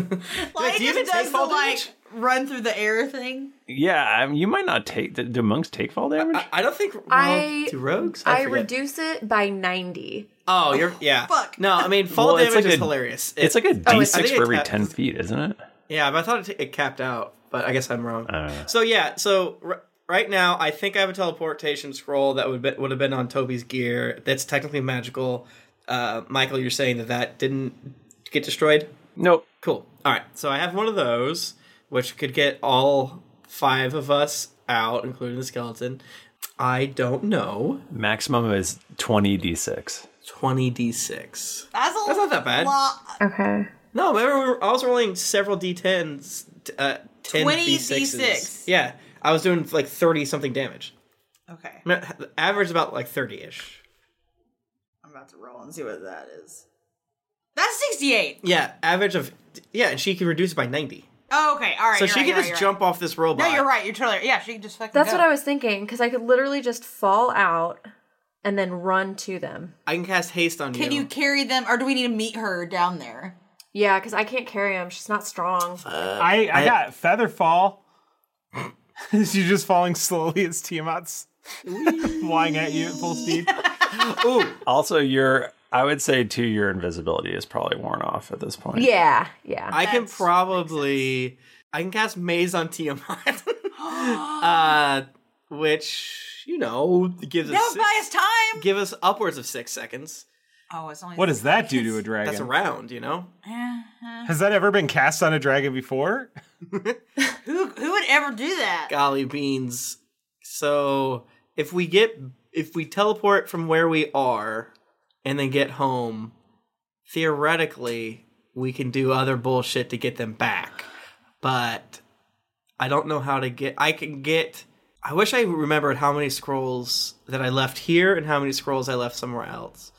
[SPEAKER 4] Lonnie
[SPEAKER 3] you even
[SPEAKER 4] just
[SPEAKER 3] take
[SPEAKER 4] does the
[SPEAKER 3] fall
[SPEAKER 4] like run through the air thing.
[SPEAKER 1] Yeah, I mean, you might not take. Do do monks take fall damage?
[SPEAKER 3] I, don't think.
[SPEAKER 2] I
[SPEAKER 3] do rogues?
[SPEAKER 2] I,
[SPEAKER 3] I forget.
[SPEAKER 2] reduce it by ninety.
[SPEAKER 3] Oh, you're yeah.
[SPEAKER 2] Fuck.
[SPEAKER 3] No, I mean fall
[SPEAKER 1] Well, it's
[SPEAKER 3] damage
[SPEAKER 1] like
[SPEAKER 3] is
[SPEAKER 1] a-
[SPEAKER 3] hilarious. Oh,
[SPEAKER 1] It's like a
[SPEAKER 3] I
[SPEAKER 1] D6
[SPEAKER 3] think it
[SPEAKER 1] for every
[SPEAKER 3] capped-
[SPEAKER 1] 10 feet, isn't it?
[SPEAKER 3] Yeah, but I thought it, it capped out, but I guess I'm wrong.
[SPEAKER 1] Uh,
[SPEAKER 3] So yeah, so r- right now I think I have a teleportation scroll that would be- would have been on Toby's gear. That's technically magical. Uh, Michael, you're saying that that didn't get destroyed?
[SPEAKER 1] Nope.
[SPEAKER 3] Cool. All right. So I have one of those, which could get all five of us out, including the skeleton. I don't know.
[SPEAKER 1] maximum is 20 D6.
[SPEAKER 3] 20 D6.
[SPEAKER 4] That's, a
[SPEAKER 3] That's not that bad.
[SPEAKER 4] lot.
[SPEAKER 2] Okay.
[SPEAKER 3] No, remember we were, I was rolling several D10s, t- uh, 10
[SPEAKER 4] 20
[SPEAKER 3] D6s.
[SPEAKER 4] D6.
[SPEAKER 3] Yeah, I was doing like 30 something damage.
[SPEAKER 4] Okay.
[SPEAKER 3] No, The average about like 30 ish.
[SPEAKER 4] I'm about to roll and see what that is. That's sixty-eight.
[SPEAKER 3] Yeah, average of yeah, and she can reduce it by 90.
[SPEAKER 4] Oh, okay, all right.
[SPEAKER 3] so
[SPEAKER 4] you're
[SPEAKER 3] she
[SPEAKER 4] right,
[SPEAKER 3] can
[SPEAKER 4] you're
[SPEAKER 3] just
[SPEAKER 4] right, you're
[SPEAKER 3] jump off this
[SPEAKER 4] right.
[SPEAKER 3] robot.
[SPEAKER 4] No, you're right. You're totally right. Yeah, she can just fucking.
[SPEAKER 2] That's
[SPEAKER 4] go.
[SPEAKER 2] what I was thinking because I could literally just fall out and then run to them.
[SPEAKER 3] I can cast haste on
[SPEAKER 4] Can
[SPEAKER 3] you.
[SPEAKER 4] you carry them, or do we need to meet her down there?
[SPEAKER 2] Yeah, because I can't carry them. She's not strong.
[SPEAKER 6] I, I got feather fall. [laughs] She's just falling slowly as Tiamat's [laughs] flying at you at full speed.
[SPEAKER 3] Ooh.
[SPEAKER 1] Also, your I would say too your invisibility is probably worn off at this point.
[SPEAKER 2] Yeah, yeah.
[SPEAKER 3] I can probably I can cast maze on
[SPEAKER 4] [gasps]
[SPEAKER 3] Tiamat, [laughs] uh, which you know gives
[SPEAKER 4] That
[SPEAKER 3] us
[SPEAKER 4] would buy us time.
[SPEAKER 3] give us upwards of six seconds.
[SPEAKER 4] Oh, it's only.
[SPEAKER 6] What does that do to a dragon?
[SPEAKER 3] That's a round, you know.
[SPEAKER 6] Has that ever been cast on a dragon before?
[SPEAKER 4] Who who would ever do that?
[SPEAKER 3] Golly beans! So if we get if we teleport from where we are and then get home, theoretically we can do other bullshit to get them back. But I don't know how to get. I can get. I wish I remembered how many scrolls that I left here and how many scrolls I left somewhere else.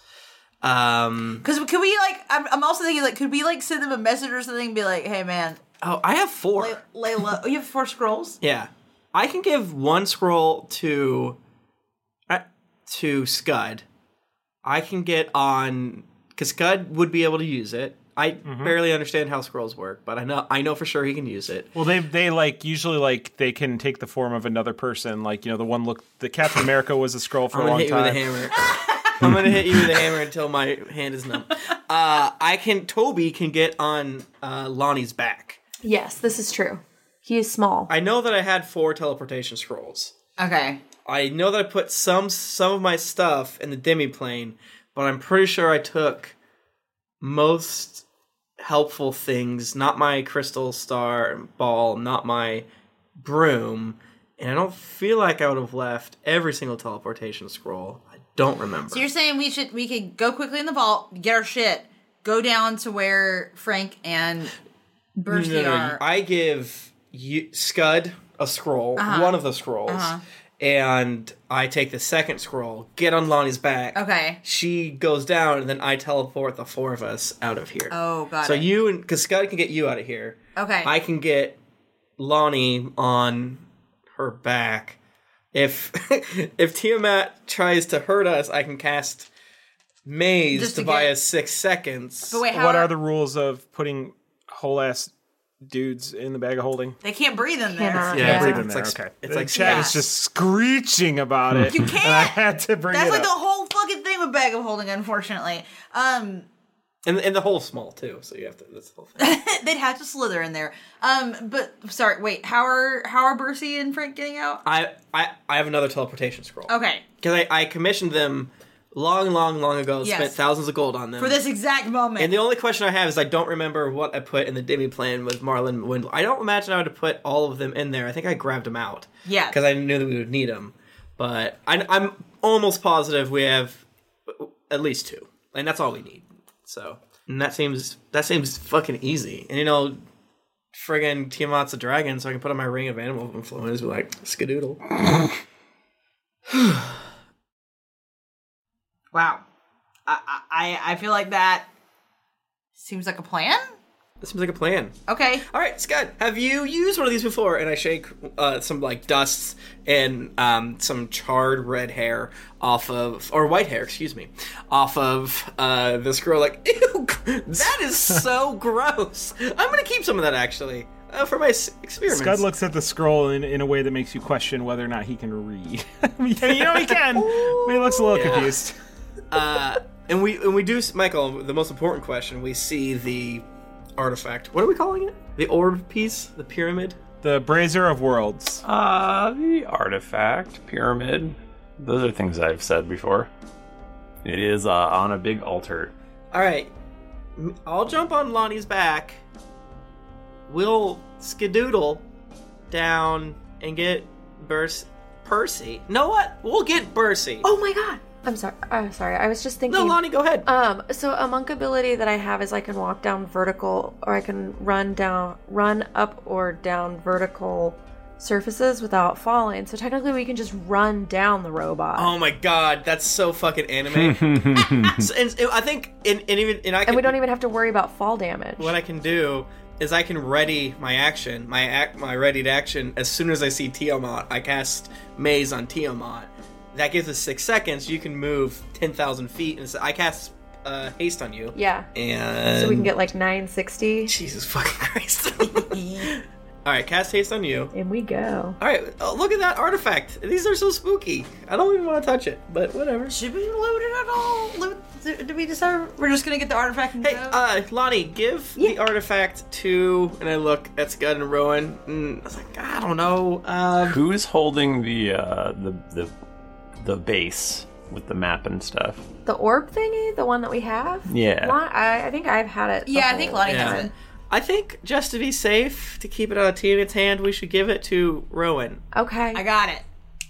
[SPEAKER 3] Um.
[SPEAKER 4] Because could we like? I'm, I'm also thinking like, could we like send them a message or something? and Be like, hey man,
[SPEAKER 3] Oh, I have four.
[SPEAKER 4] lay, lay low. you have four scrolls.
[SPEAKER 3] Yeah, I can give one scroll to uh, to Scud. I can get on because Scud would be able to use it. I
[SPEAKER 6] Mm-hmm.
[SPEAKER 3] barely understand how scrolls work, but I know I know for sure he can use it.
[SPEAKER 6] Well, they they like usually like they can take the form of another person. Like you know the one look the Captain America was a scroll for
[SPEAKER 3] I'm
[SPEAKER 6] a
[SPEAKER 3] gonna
[SPEAKER 6] long
[SPEAKER 3] hit
[SPEAKER 6] time.
[SPEAKER 3] you with a
[SPEAKER 6] [laughs]
[SPEAKER 3] hammer. I'm gonna hit you with a hammer until my hand is numb. Uh, I can. Toby can get on uh, Lonnie's back.
[SPEAKER 2] Yes, this is true. He is small.
[SPEAKER 3] I know that I had four teleportation scrolls.
[SPEAKER 4] Okay.
[SPEAKER 3] I know that I put some some of my stuff in the demi plane, but I'm pretty sure I took most helpful things, not my crystal star ball, not my broom, and I don't feel like I would have left every single teleportation scroll. I don't remember.
[SPEAKER 4] So you're saying we should we could go quickly in the vault, get our shit, go down to where Frank and Bursty
[SPEAKER 3] No, no, no.
[SPEAKER 4] are.
[SPEAKER 3] I give you, Scud a scroll,
[SPEAKER 4] Uh-huh.
[SPEAKER 3] one of the scrolls,
[SPEAKER 4] Uh-huh.
[SPEAKER 3] and I take the second scroll, get on Lonnie's back.
[SPEAKER 4] Okay.
[SPEAKER 3] She goes down, and then I teleport the four of us out of here.
[SPEAKER 4] Oh, got
[SPEAKER 3] so
[SPEAKER 4] it.
[SPEAKER 3] you and because Scud can get you out of here.
[SPEAKER 4] Okay.
[SPEAKER 3] I can get Lonnie on her back. If [laughs] if Tiamat tries to hurt us, I can cast Maze
[SPEAKER 6] Just
[SPEAKER 3] to,
[SPEAKER 6] to
[SPEAKER 3] buy
[SPEAKER 6] get-
[SPEAKER 3] us six seconds.
[SPEAKER 6] what are the rules of putting whole ass dudes in the bag of holding?
[SPEAKER 4] they can't breathe in there.
[SPEAKER 6] Yeah, breathe in there.
[SPEAKER 3] like-
[SPEAKER 6] okay, Hmm.
[SPEAKER 3] it's like
[SPEAKER 6] Chad
[SPEAKER 3] space.
[SPEAKER 6] is just screeching about it.
[SPEAKER 4] You
[SPEAKER 6] and I had to bring
[SPEAKER 4] That's
[SPEAKER 6] it
[SPEAKER 4] like the
[SPEAKER 6] up.
[SPEAKER 4] whole fucking thing with bag of holding, unfortunately. Um, [laughs]
[SPEAKER 3] And, and the hole's small too, so you have to. That's the whole thing.
[SPEAKER 4] they'd have to slither in there. Um, but sorry, wait, how are how are Bursty and Frank getting out?
[SPEAKER 3] I I I have another teleportation scroll
[SPEAKER 4] Okay,
[SPEAKER 3] because I, I commissioned them long, long, long ago.
[SPEAKER 4] Yes.
[SPEAKER 3] Spent thousands of gold on them
[SPEAKER 4] for this exact moment.
[SPEAKER 3] And the only question I have is I don't remember what I put in the demi plan with Marlon Windle. I don't imagine I would have put all of them in there. I think I grabbed them out.
[SPEAKER 4] Yeah.
[SPEAKER 3] because I knew that we would need them. But I, I'm almost positive we have at least two, and that's all we need. So and that seems that seems fucking easy. And you know, friggin' Tiamat's a dragon, so I can put on my ring of animal influence, be like skadoodle.
[SPEAKER 4] wow, I, I I feel like that seems like a plan.
[SPEAKER 3] That seems like a plan.
[SPEAKER 4] Okay,
[SPEAKER 3] All right, Scott, have you used one of these before? And I shake uh, some like dusts and um, some charred red hair off of, or white hair, excuse me, off of uh, this girl. Like, [laughs] ew, that is so gross. I'm gonna keep some of that actually uh, for my s- experiments.
[SPEAKER 6] Scud looks at the scroll in, in a way that makes you question whether or not he can read. [laughs]
[SPEAKER 3] [laughs]
[SPEAKER 6] you know he can. but he looks a little confused.
[SPEAKER 3] uh, and we and we do, Michael. The most important question: we see the artifact. What are we calling it? The orb piece, the pyramid.
[SPEAKER 6] The Brazier of Worlds.
[SPEAKER 1] Uh, the artifact, pyramid. Those are things I've said before. It is uh, on a big altar.
[SPEAKER 3] All right, M- I'll jump on Lonnie's back. We'll skedoodle down and get Bers- Percy. No, what? We'll get Percy.
[SPEAKER 2] Oh my god! I'm sorry. I'm sorry. I was just thinking.
[SPEAKER 3] No, Lonnie, go ahead.
[SPEAKER 2] Um, so a monk ability that I have is I can walk down vertical, or I can run down, run up or down vertical surfaces without falling. So technically, we can just run down the robot.
[SPEAKER 3] Oh my god, that's so fucking anime.
[SPEAKER 2] [laughs]
[SPEAKER 3] So- and, and I think, and, and even, and I can,
[SPEAKER 2] and we don't even have to worry about fall damage.
[SPEAKER 3] what I can do is I can ready my action, my act, my readied action. As soon as I see Tiamat, I cast Maze on Tiamat. That gives us six seconds. You can move ten thousand feet, and so I cast uh, haste on you.
[SPEAKER 2] Yeah.
[SPEAKER 3] And
[SPEAKER 2] so we can get like 960.
[SPEAKER 3] Jesus fucking Christ. All right, cast haste on you.
[SPEAKER 2] And we go.
[SPEAKER 3] All right, oh, look at that artifact. These are so spooky. I don't even want to touch it, but whatever.
[SPEAKER 4] Should we loot it at all? Loot? Did we decide we're just gonna get the artifact? And
[SPEAKER 3] hey, uh, Lonnie, give the artifact to. And I look, that's Scud and Rowan. And Mm, I was like, I don't know. Um,
[SPEAKER 1] Who is holding the uh, the the the base with the map and stuff?
[SPEAKER 2] The orb thingy, the one that we have?
[SPEAKER 1] Yeah.
[SPEAKER 2] Lon- I, I think I've had it. the whole time.
[SPEAKER 3] I think just to be safe, to keep it out of Tiamat's hand, we should give it to Rowan.
[SPEAKER 2] Okay. I
[SPEAKER 4] got it.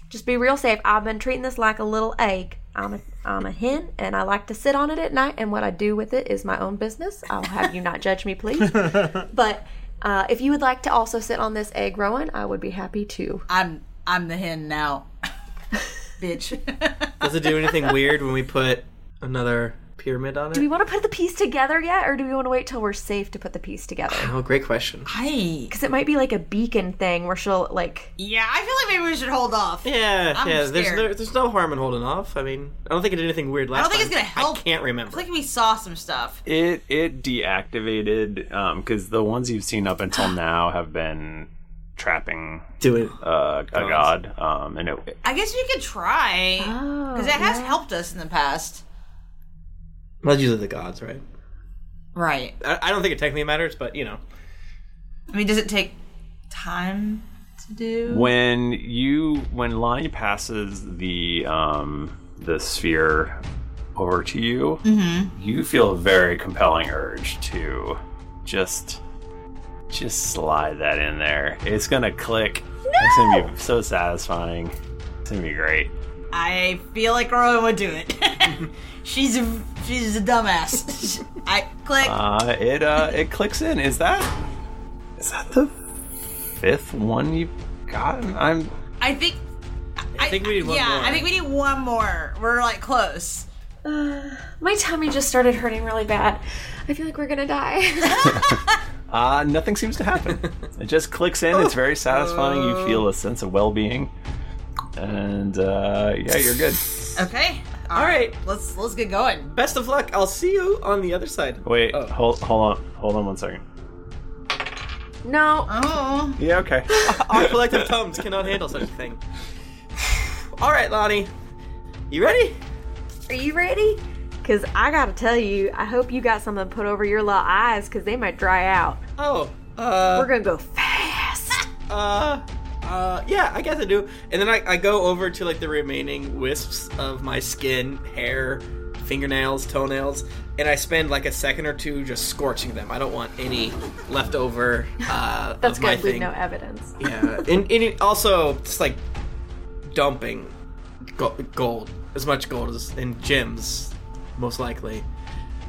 [SPEAKER 2] Just be real safe. I've been treating this like a little egg. I'm a, I'm a hen and I like to sit on it at night, and what I do with it is my own business. I'll have you
[SPEAKER 4] [laughs]
[SPEAKER 2] not judge me, please. But uh, if you would like to also sit on this egg, Rowan, I would be happy to.
[SPEAKER 4] I'm I'm the hen now, bitch.
[SPEAKER 3] Does it do [laughs] anything weird when we put another pyramid
[SPEAKER 2] [laughs]
[SPEAKER 3] on
[SPEAKER 2] Do we
[SPEAKER 3] it?
[SPEAKER 2] want to put the piece together yet, or do we want to wait till we're safe to put the piece together?
[SPEAKER 3] Oh, great question.
[SPEAKER 2] Because it might be like a beacon thing where she'll, like,
[SPEAKER 4] Yeah, I feel like maybe we should hold off.
[SPEAKER 3] Yeah,
[SPEAKER 4] I'm
[SPEAKER 3] yeah.
[SPEAKER 4] Scared.
[SPEAKER 3] There's no, there's no harm in holding off. I mean, I don't think it did anything weird last
[SPEAKER 4] I don't think it's
[SPEAKER 3] time.
[SPEAKER 4] gonna help.
[SPEAKER 3] I can't
[SPEAKER 4] I
[SPEAKER 3] remember.
[SPEAKER 4] feel like we saw some stuff.
[SPEAKER 1] It it deactivated um because the ones you've seen up
[SPEAKER 3] [gasps]
[SPEAKER 1] until now have been trapping
[SPEAKER 3] do it
[SPEAKER 1] uh, a god um and it
[SPEAKER 4] I guess we could try because it has helped us in the past.
[SPEAKER 3] That's usually the gods, right?
[SPEAKER 4] Right.
[SPEAKER 3] I, I don't think it technically matters, but you know.
[SPEAKER 4] I mean, does it take time to do?
[SPEAKER 1] when you when Lonnie passes the um the sphere over to you,
[SPEAKER 4] Mhm.
[SPEAKER 3] Mm-hmm.
[SPEAKER 1] you feel a very compelling urge to just just slide that in there. It's gonna click. It's gonna be so satisfying. It's gonna be great.
[SPEAKER 4] I feel like Rowan would do it. [laughs] she's a, she's a dumbass. [laughs] I click.
[SPEAKER 1] Uh, it uh it clicks in. Is that is that the fifth one you've gotten? I'm
[SPEAKER 4] I think. I
[SPEAKER 1] think we need
[SPEAKER 4] yeah, I think we need one more. We're like close.
[SPEAKER 2] [sighs] my tummy just started hurting really bad. I feel like we're gonna die. [laughs]
[SPEAKER 1] Uh, nothing seems to [laughs] happen. it just clicks in. It's very satisfying. You feel a sense of well-being, and uh, yeah, you're good.
[SPEAKER 4] Okay. All
[SPEAKER 3] right.
[SPEAKER 4] Let's let's get going.
[SPEAKER 3] Best of luck. I'll see you on the other
[SPEAKER 4] [laughs]
[SPEAKER 3] side.
[SPEAKER 1] Wait, hold hold on, hold on one second.
[SPEAKER 2] no.
[SPEAKER 4] Oh.
[SPEAKER 1] Yeah, okay.
[SPEAKER 3] Our collective thumbs cannot handle such a thing. [sighs] All right, Lonnie. You ready?
[SPEAKER 2] Are you ready? Because I gotta tell you, I hope you got something put over your little eyes because they might dry out.
[SPEAKER 3] Oh, uh.
[SPEAKER 2] We're gonna go
[SPEAKER 4] [laughs]
[SPEAKER 2] fast.
[SPEAKER 3] Uh, uh, yeah, I guess I do. And then I, I go over to like the remaining wisps of my skin, hair, fingernails, toenails, and I spend like a second or two just scorching them. I don't want any leftover uh,
[SPEAKER 2] That's
[SPEAKER 3] of my
[SPEAKER 2] good. We
[SPEAKER 3] thing.
[SPEAKER 2] no evidence.
[SPEAKER 3] yeah, and, and it also just like dumping go- gold, as much gold as in gems, most likely.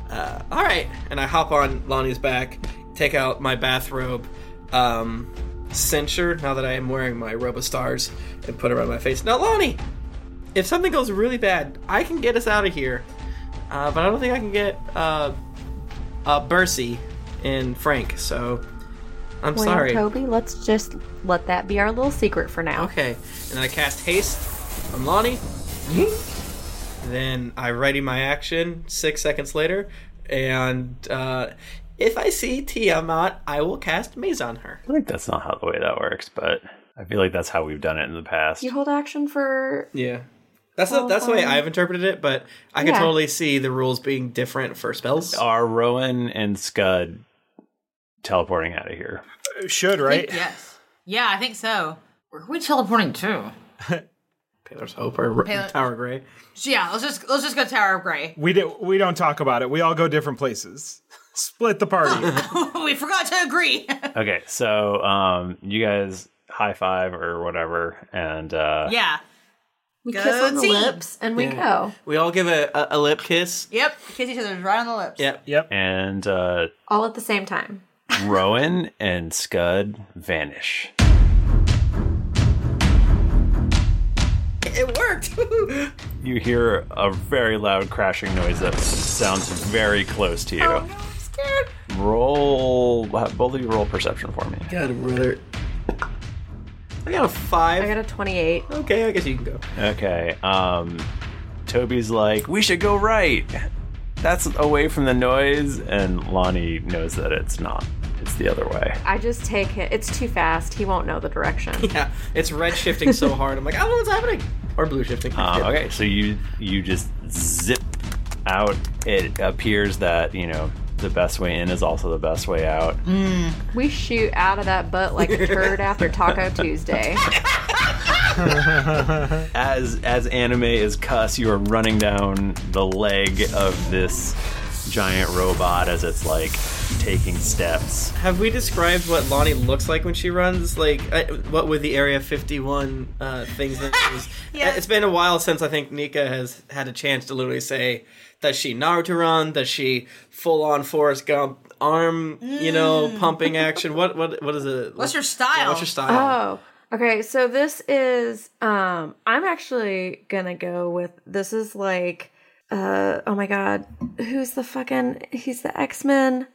[SPEAKER 3] Uh, all right, and I hop on Lonnie's back, take out my bathrobe um, cincture now that I am wearing my robe of stars, and put it around my face. Now, Lonnie, if something goes really bad, I can get us out of here, uh, but I don't think I can get uh, uh, Bercy and Frank. So I'm
[SPEAKER 2] well,
[SPEAKER 3] sorry.
[SPEAKER 2] Toby. Let's just let that be our little secret for now.
[SPEAKER 3] Okay. And then I cast haste on Lonnie. then I ready my action six seconds later. And uh, if I see Tiamat, I will cast Maze on her.
[SPEAKER 1] I think that's not how the way that works, but I feel like that's how we've done it in the past.
[SPEAKER 2] You hold action for
[SPEAKER 3] Yeah. That's the, that's the way
[SPEAKER 2] Um,
[SPEAKER 3] I've interpreted it, but I can
[SPEAKER 2] yeah.
[SPEAKER 3] totally see the rules being different for spells.
[SPEAKER 1] Are Rowan and Scud teleporting out of here?
[SPEAKER 6] Should
[SPEAKER 4] I think yes. Yeah, I think so. Where are we teleporting to?
[SPEAKER 3] Paler's Hope or
[SPEAKER 4] Paler-
[SPEAKER 3] [laughs] Tower Gray.
[SPEAKER 4] So yeah, let's just let's just go Tower of Grey. [laughs]
[SPEAKER 6] We do, we don't talk about it. We all go different places. [laughs] Split the
[SPEAKER 3] [laughs]
[SPEAKER 6] party.
[SPEAKER 4] we forgot to agree.
[SPEAKER 1] Okay, so um, you guys high five or whatever, and uh,
[SPEAKER 4] [laughs] yeah.
[SPEAKER 2] We
[SPEAKER 4] Go
[SPEAKER 2] kiss on the
[SPEAKER 4] team.
[SPEAKER 2] lips and we
[SPEAKER 3] Yeah.
[SPEAKER 2] go.
[SPEAKER 3] We all give a, a, a lip kiss.
[SPEAKER 4] Yep, kiss each other right on the lips.
[SPEAKER 3] Yep.
[SPEAKER 6] Yep.
[SPEAKER 1] And uh,
[SPEAKER 2] All at the same time.
[SPEAKER 1] Rowan and Scud vanish.
[SPEAKER 3] It worked. [laughs]
[SPEAKER 1] You hear a very loud crashing noise that sounds very close to you.
[SPEAKER 3] scared.
[SPEAKER 1] roll. uh, Both of you roll perception for me.
[SPEAKER 3] Good, brother. I got a five. I
[SPEAKER 2] got a twenty-eight.
[SPEAKER 3] Okay, I guess you can go.
[SPEAKER 1] Okay. Um, Toby's like, we should go right. That's away from the noise, and Lonnie knows that it's not. It's the other way.
[SPEAKER 2] I just take it. It's too fast. He won't know the direction.
[SPEAKER 3] [laughs] Yeah, it's red shifting so hard. I'm like, I don't know what's happening. Or blue shifting.
[SPEAKER 1] Uh, okay, so you you just zip out. It appears that you know the best way in is also the best way out.
[SPEAKER 2] Mm. We shoot out of that butt like a
[SPEAKER 3] [laughs]
[SPEAKER 2] turd after Taco Tuesday.
[SPEAKER 6] Oh,
[SPEAKER 1] as as anime is cuss, you are running down the leg of this giant robot as it's like taking steps.
[SPEAKER 3] Have we described what Lonnie looks like when she runs? Like, uh, what with the Area 51 uh, things that she was.
[SPEAKER 4] Yeah.
[SPEAKER 3] It's been a while since I think Nika has had a chance to literally say, does she Naruto run? Does she full on Forrest Gump arm, you know, pumping action? What what What
[SPEAKER 2] [laughs]
[SPEAKER 3] is it?
[SPEAKER 4] What's your
[SPEAKER 3] Yeah,
[SPEAKER 4] style?
[SPEAKER 3] what's your style?
[SPEAKER 2] Oh, okay. So this is um I'm actually gonna go with this is like uh oh my god, who's the fucking he's the X-Men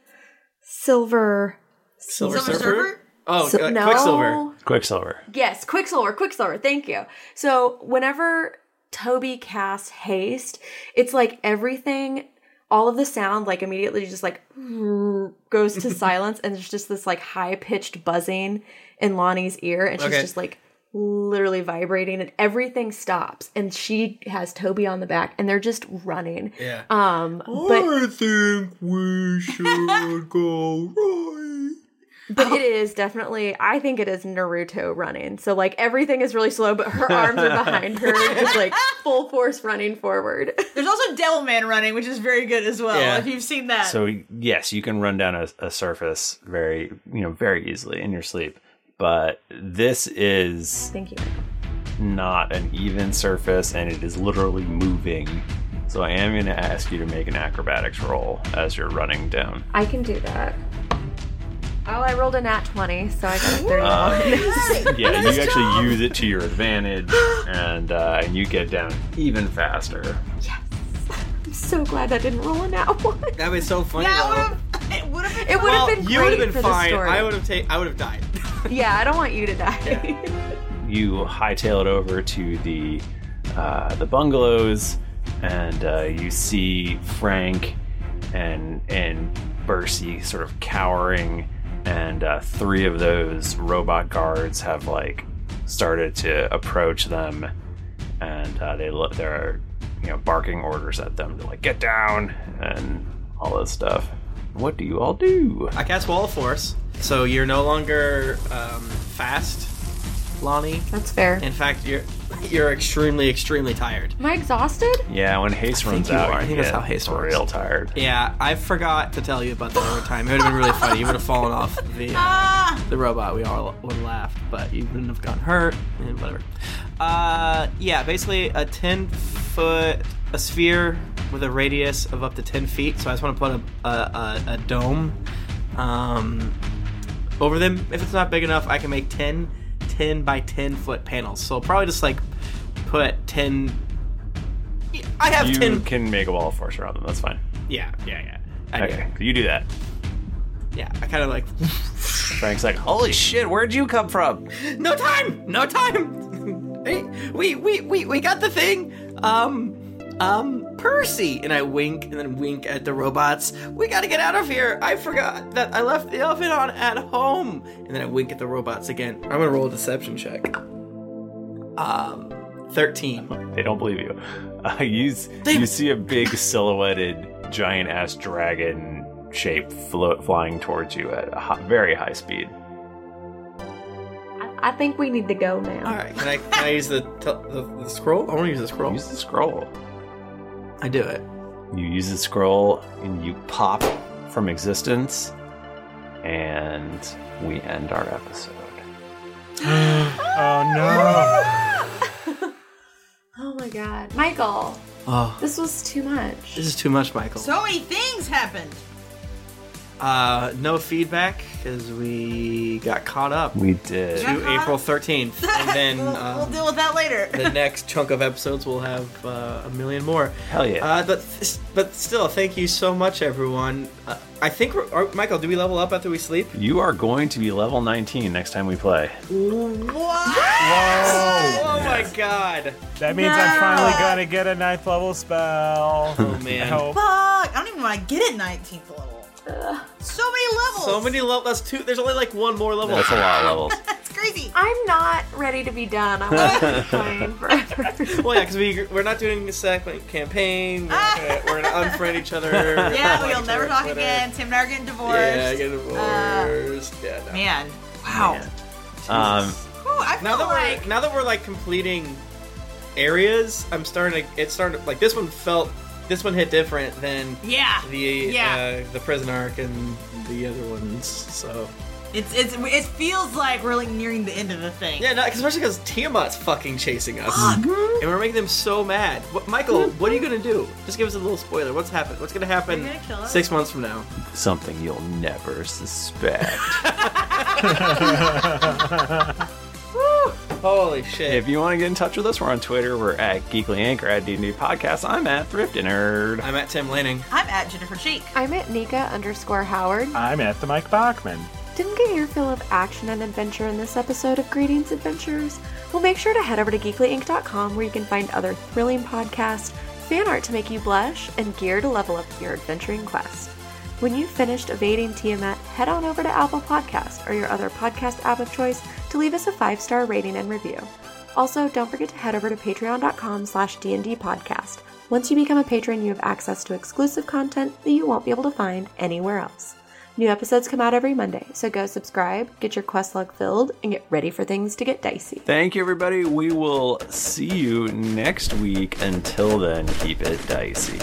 [SPEAKER 2] Silver
[SPEAKER 3] Silver Silver Surfer? Surfer? Oh,
[SPEAKER 2] Sil-
[SPEAKER 3] uh,
[SPEAKER 2] no.
[SPEAKER 3] Quicksilver.
[SPEAKER 1] Quicksilver.
[SPEAKER 2] Yes, Quicksilver, Quicksilver, thank you. So whenever Toby casts haste, it's like everything all of the sound like immediately just like [laughs] goes to silence and there's just this like high pitched buzzing in Lonnie's ear and she's
[SPEAKER 14] Okay.
[SPEAKER 2] just like literally vibrating and everything stops and she has Toby on the back and they're just running.
[SPEAKER 14] Yeah.
[SPEAKER 2] Um but
[SPEAKER 14] think we should go right.
[SPEAKER 2] but it is definitely I think it is Naruto running. So like everything is really slow but her arms are behind her just [laughs] like full force running forward.
[SPEAKER 4] There's also Devilman running, which is very good as well.
[SPEAKER 1] Yeah.
[SPEAKER 4] If you've seen that,
[SPEAKER 1] So yes, you can run down a, a surface very you know very easily in your sleep, but this is
[SPEAKER 2] Thank you.
[SPEAKER 1] not an even surface and it is literally moving. So I am going to ask you to make an acrobatics roll as you're running down.
[SPEAKER 2] I can do that. Oh, I rolled a nat 20, so I got a 31. [laughs]
[SPEAKER 1] Uh, [laughs] yeah, you actually use it to your advantage, and uh, and you get down even faster.
[SPEAKER 2] I'm so glad I didn't roll a [laughs] nat 1.
[SPEAKER 3] That'd be so funny.
[SPEAKER 2] Yeah,
[SPEAKER 3] though.
[SPEAKER 4] it would have
[SPEAKER 2] It would have been
[SPEAKER 3] you
[SPEAKER 2] great
[SPEAKER 3] would've been
[SPEAKER 2] for
[SPEAKER 3] fine.
[SPEAKER 2] the story.
[SPEAKER 3] I would have taken. I would have died.
[SPEAKER 2] [laughs] yeah, I don't want you to die.
[SPEAKER 1] You hightail it over to the uh, the bungalows, and uh, you see Frank and and Bercy sort of cowering, and uh, three of those robot guards have like started to approach them, and uh, they look they're you know barking orders at them to like get down and all this stuff. What do you all do?
[SPEAKER 3] I cast Wall of Force, so you're no longer um, fast, Lonnie.
[SPEAKER 2] That's fair.
[SPEAKER 3] In fact, you're you're extremely, extremely tired.
[SPEAKER 2] Am I exhausted?
[SPEAKER 1] Yeah, when haste
[SPEAKER 3] I
[SPEAKER 1] runs
[SPEAKER 3] think you
[SPEAKER 1] out,
[SPEAKER 3] are. I
[SPEAKER 1] you
[SPEAKER 3] think that's
[SPEAKER 1] get
[SPEAKER 3] how haste works.
[SPEAKER 1] real tired.
[SPEAKER 3] Yeah, I forgot to tell you about the overtime. It would have been really funny. You would have fallen off the
[SPEAKER 2] [laughs]
[SPEAKER 4] Ah!
[SPEAKER 3] uh, the robot. We all would have laughed, but you wouldn't have gotten hurt and whatever. Uh, yeah, basically a ten foot a sphere with a radius of up to ten feet. So I just want to put a a, a, a dome um, over them. If it's not big enough, I can make 10, 10 by ten foot panels. So I'll probably just like put ten. I have
[SPEAKER 1] you
[SPEAKER 3] ten.
[SPEAKER 1] can make a wall of force around them. That's fine.
[SPEAKER 3] Yeah, yeah, yeah. I do.
[SPEAKER 1] okay, you do that.
[SPEAKER 3] Yeah, I kind of like.
[SPEAKER 1] Frank's like, holy shit, where'd you come from?
[SPEAKER 3] No time! No time! [laughs] Hey, we, we, we, we got the thing! Um, um, Percy! And I wink and then wink at the robots. We gotta get out of here! I forgot that I left the elephant on at home! And then I wink at the robots again. I'm gonna roll a deception check. Um, 13.
[SPEAKER 1] They don't believe you. Uh, you, s- you see a big silhouetted giant ass dragon shape flo- flying towards you at a hi- very high speed.
[SPEAKER 2] I think we need to go now.
[SPEAKER 3] All right, can I, can I use the, tel- the, the scroll? I wanna use the scroll. Use
[SPEAKER 1] the scroll.
[SPEAKER 3] I do it.
[SPEAKER 1] You use the scroll and you pop from existence, and we end our episode.
[SPEAKER 6] oh no.
[SPEAKER 2] Oh my god. Michael,
[SPEAKER 3] Oh,
[SPEAKER 2] this was too much.
[SPEAKER 3] this is too much, Michael.
[SPEAKER 4] so many things happened.
[SPEAKER 3] Uh, no feedback because we got caught up.
[SPEAKER 1] We did.
[SPEAKER 3] To
[SPEAKER 4] Got caught
[SPEAKER 3] April 13th. And
[SPEAKER 1] [laughs]
[SPEAKER 3] then um,
[SPEAKER 4] we'll deal with that later.
[SPEAKER 3] the next chunk of episodes we'll have uh, a million more.
[SPEAKER 1] Hell yeah.
[SPEAKER 3] Uh, but th- but still, thank you so much, everyone. Uh, I think we're, are, Michael, do we level up after we sleep?
[SPEAKER 1] You are going to be level 19 next time we play.
[SPEAKER 3] Whoa! Oh my god.
[SPEAKER 6] That means I'm finally gonna get a ninth level spell.
[SPEAKER 3] Oh man.
[SPEAKER 4] [laughs] Fuck! I don't even want to get it 19th level. So many levels.
[SPEAKER 3] So many levels. That's two. There's only like one more level.
[SPEAKER 1] That's a lot of levels.
[SPEAKER 4] That's crazy.
[SPEAKER 2] I'm not ready to be done. I want to keep playing forever.
[SPEAKER 3] [laughs] well, yeah, because we we're not doing a second campaign. We're not gonna, we're gonna unfriend each other.
[SPEAKER 4] [laughs] yeah,
[SPEAKER 3] [laughs]
[SPEAKER 4] we'll never talk again. Tim and I are getting divorced. Uh,
[SPEAKER 3] Yeah, get divorced. yeah, no.
[SPEAKER 4] Man, wow.
[SPEAKER 1] Um,
[SPEAKER 4] Ooh, I
[SPEAKER 3] now
[SPEAKER 4] feel
[SPEAKER 3] that
[SPEAKER 4] like
[SPEAKER 3] we're now that we're like completing areas, I'm starting to. It's starting to, like this one felt. This one hit different than
[SPEAKER 4] Yeah,
[SPEAKER 3] the
[SPEAKER 4] yeah.
[SPEAKER 3] uh, the prison arc and the other ones. So
[SPEAKER 4] it's it's it feels like we're like nearing the end of the thing.
[SPEAKER 3] yeah, no, especially because Tiamat's fucking chasing us, and we're making them so mad. What, Michael, what are you gonna do? Just give us a little spoiler. What's happened? What's gonna happen
[SPEAKER 4] They're gonna kill us.
[SPEAKER 3] six months from now?
[SPEAKER 1] something you'll never suspect.
[SPEAKER 3] [laughs] Holy shit.
[SPEAKER 1] If you want to get in touch with us, we're on Twitter. We're at Geekly Anchor, at D&D Podcast. I'm at Thrifty Nerd.
[SPEAKER 3] I'm at Tim Lanning.
[SPEAKER 4] I'm at Jennifer Cheek.
[SPEAKER 2] I'm at Nika underscore Howard.
[SPEAKER 6] [laughs] I'm at the Mike Bachman.
[SPEAKER 2] Didn't get your fill of action and adventure in this episode of Greetings Adventures? Well, make sure to head over to geeklyinc.com where you can find other thrilling podcasts, fan art to make you blush, and gear to level up your adventuring quest. When you've finished evading Tiamat, head on over to Apple Podcast or your other podcast app of choice to leave us a five-star rating and review. Also, don't forget to head over to patreon.com slash D&D podcast. Once you become a patron, you have access to exclusive content that you won't be able to find anywhere else. New episodes come out every Monday, so go subscribe, get your quest log filled, and get ready for things to get dicey.
[SPEAKER 1] Thank you, everybody. We will see you next week. Until then, keep it dicey.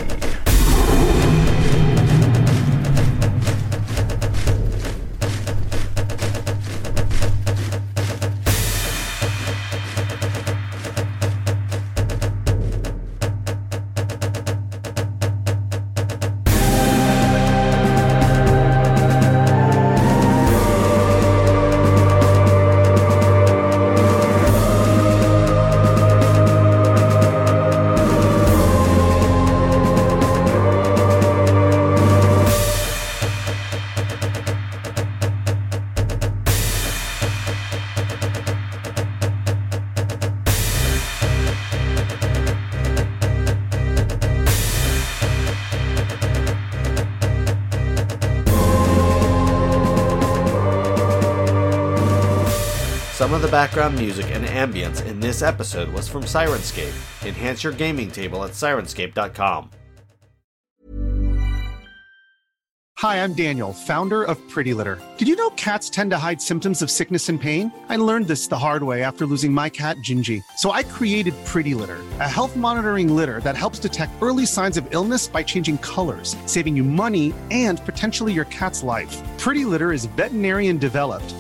[SPEAKER 15] Some of the background music and ambience in this episode was from Sirenscape. Enhance your gaming table at sirenscape.com.
[SPEAKER 12] Hi, I'm Daniel, founder of Pretty Litter. Did you know cats tend to hide symptoms of sickness and pain? I learned this the hard way after losing my cat, Gingy. So I created Pretty Litter, a health monitoring litter that helps detect early signs of illness by changing colors, saving you money and potentially your cat's life. Pretty Litter is veterinarian developed,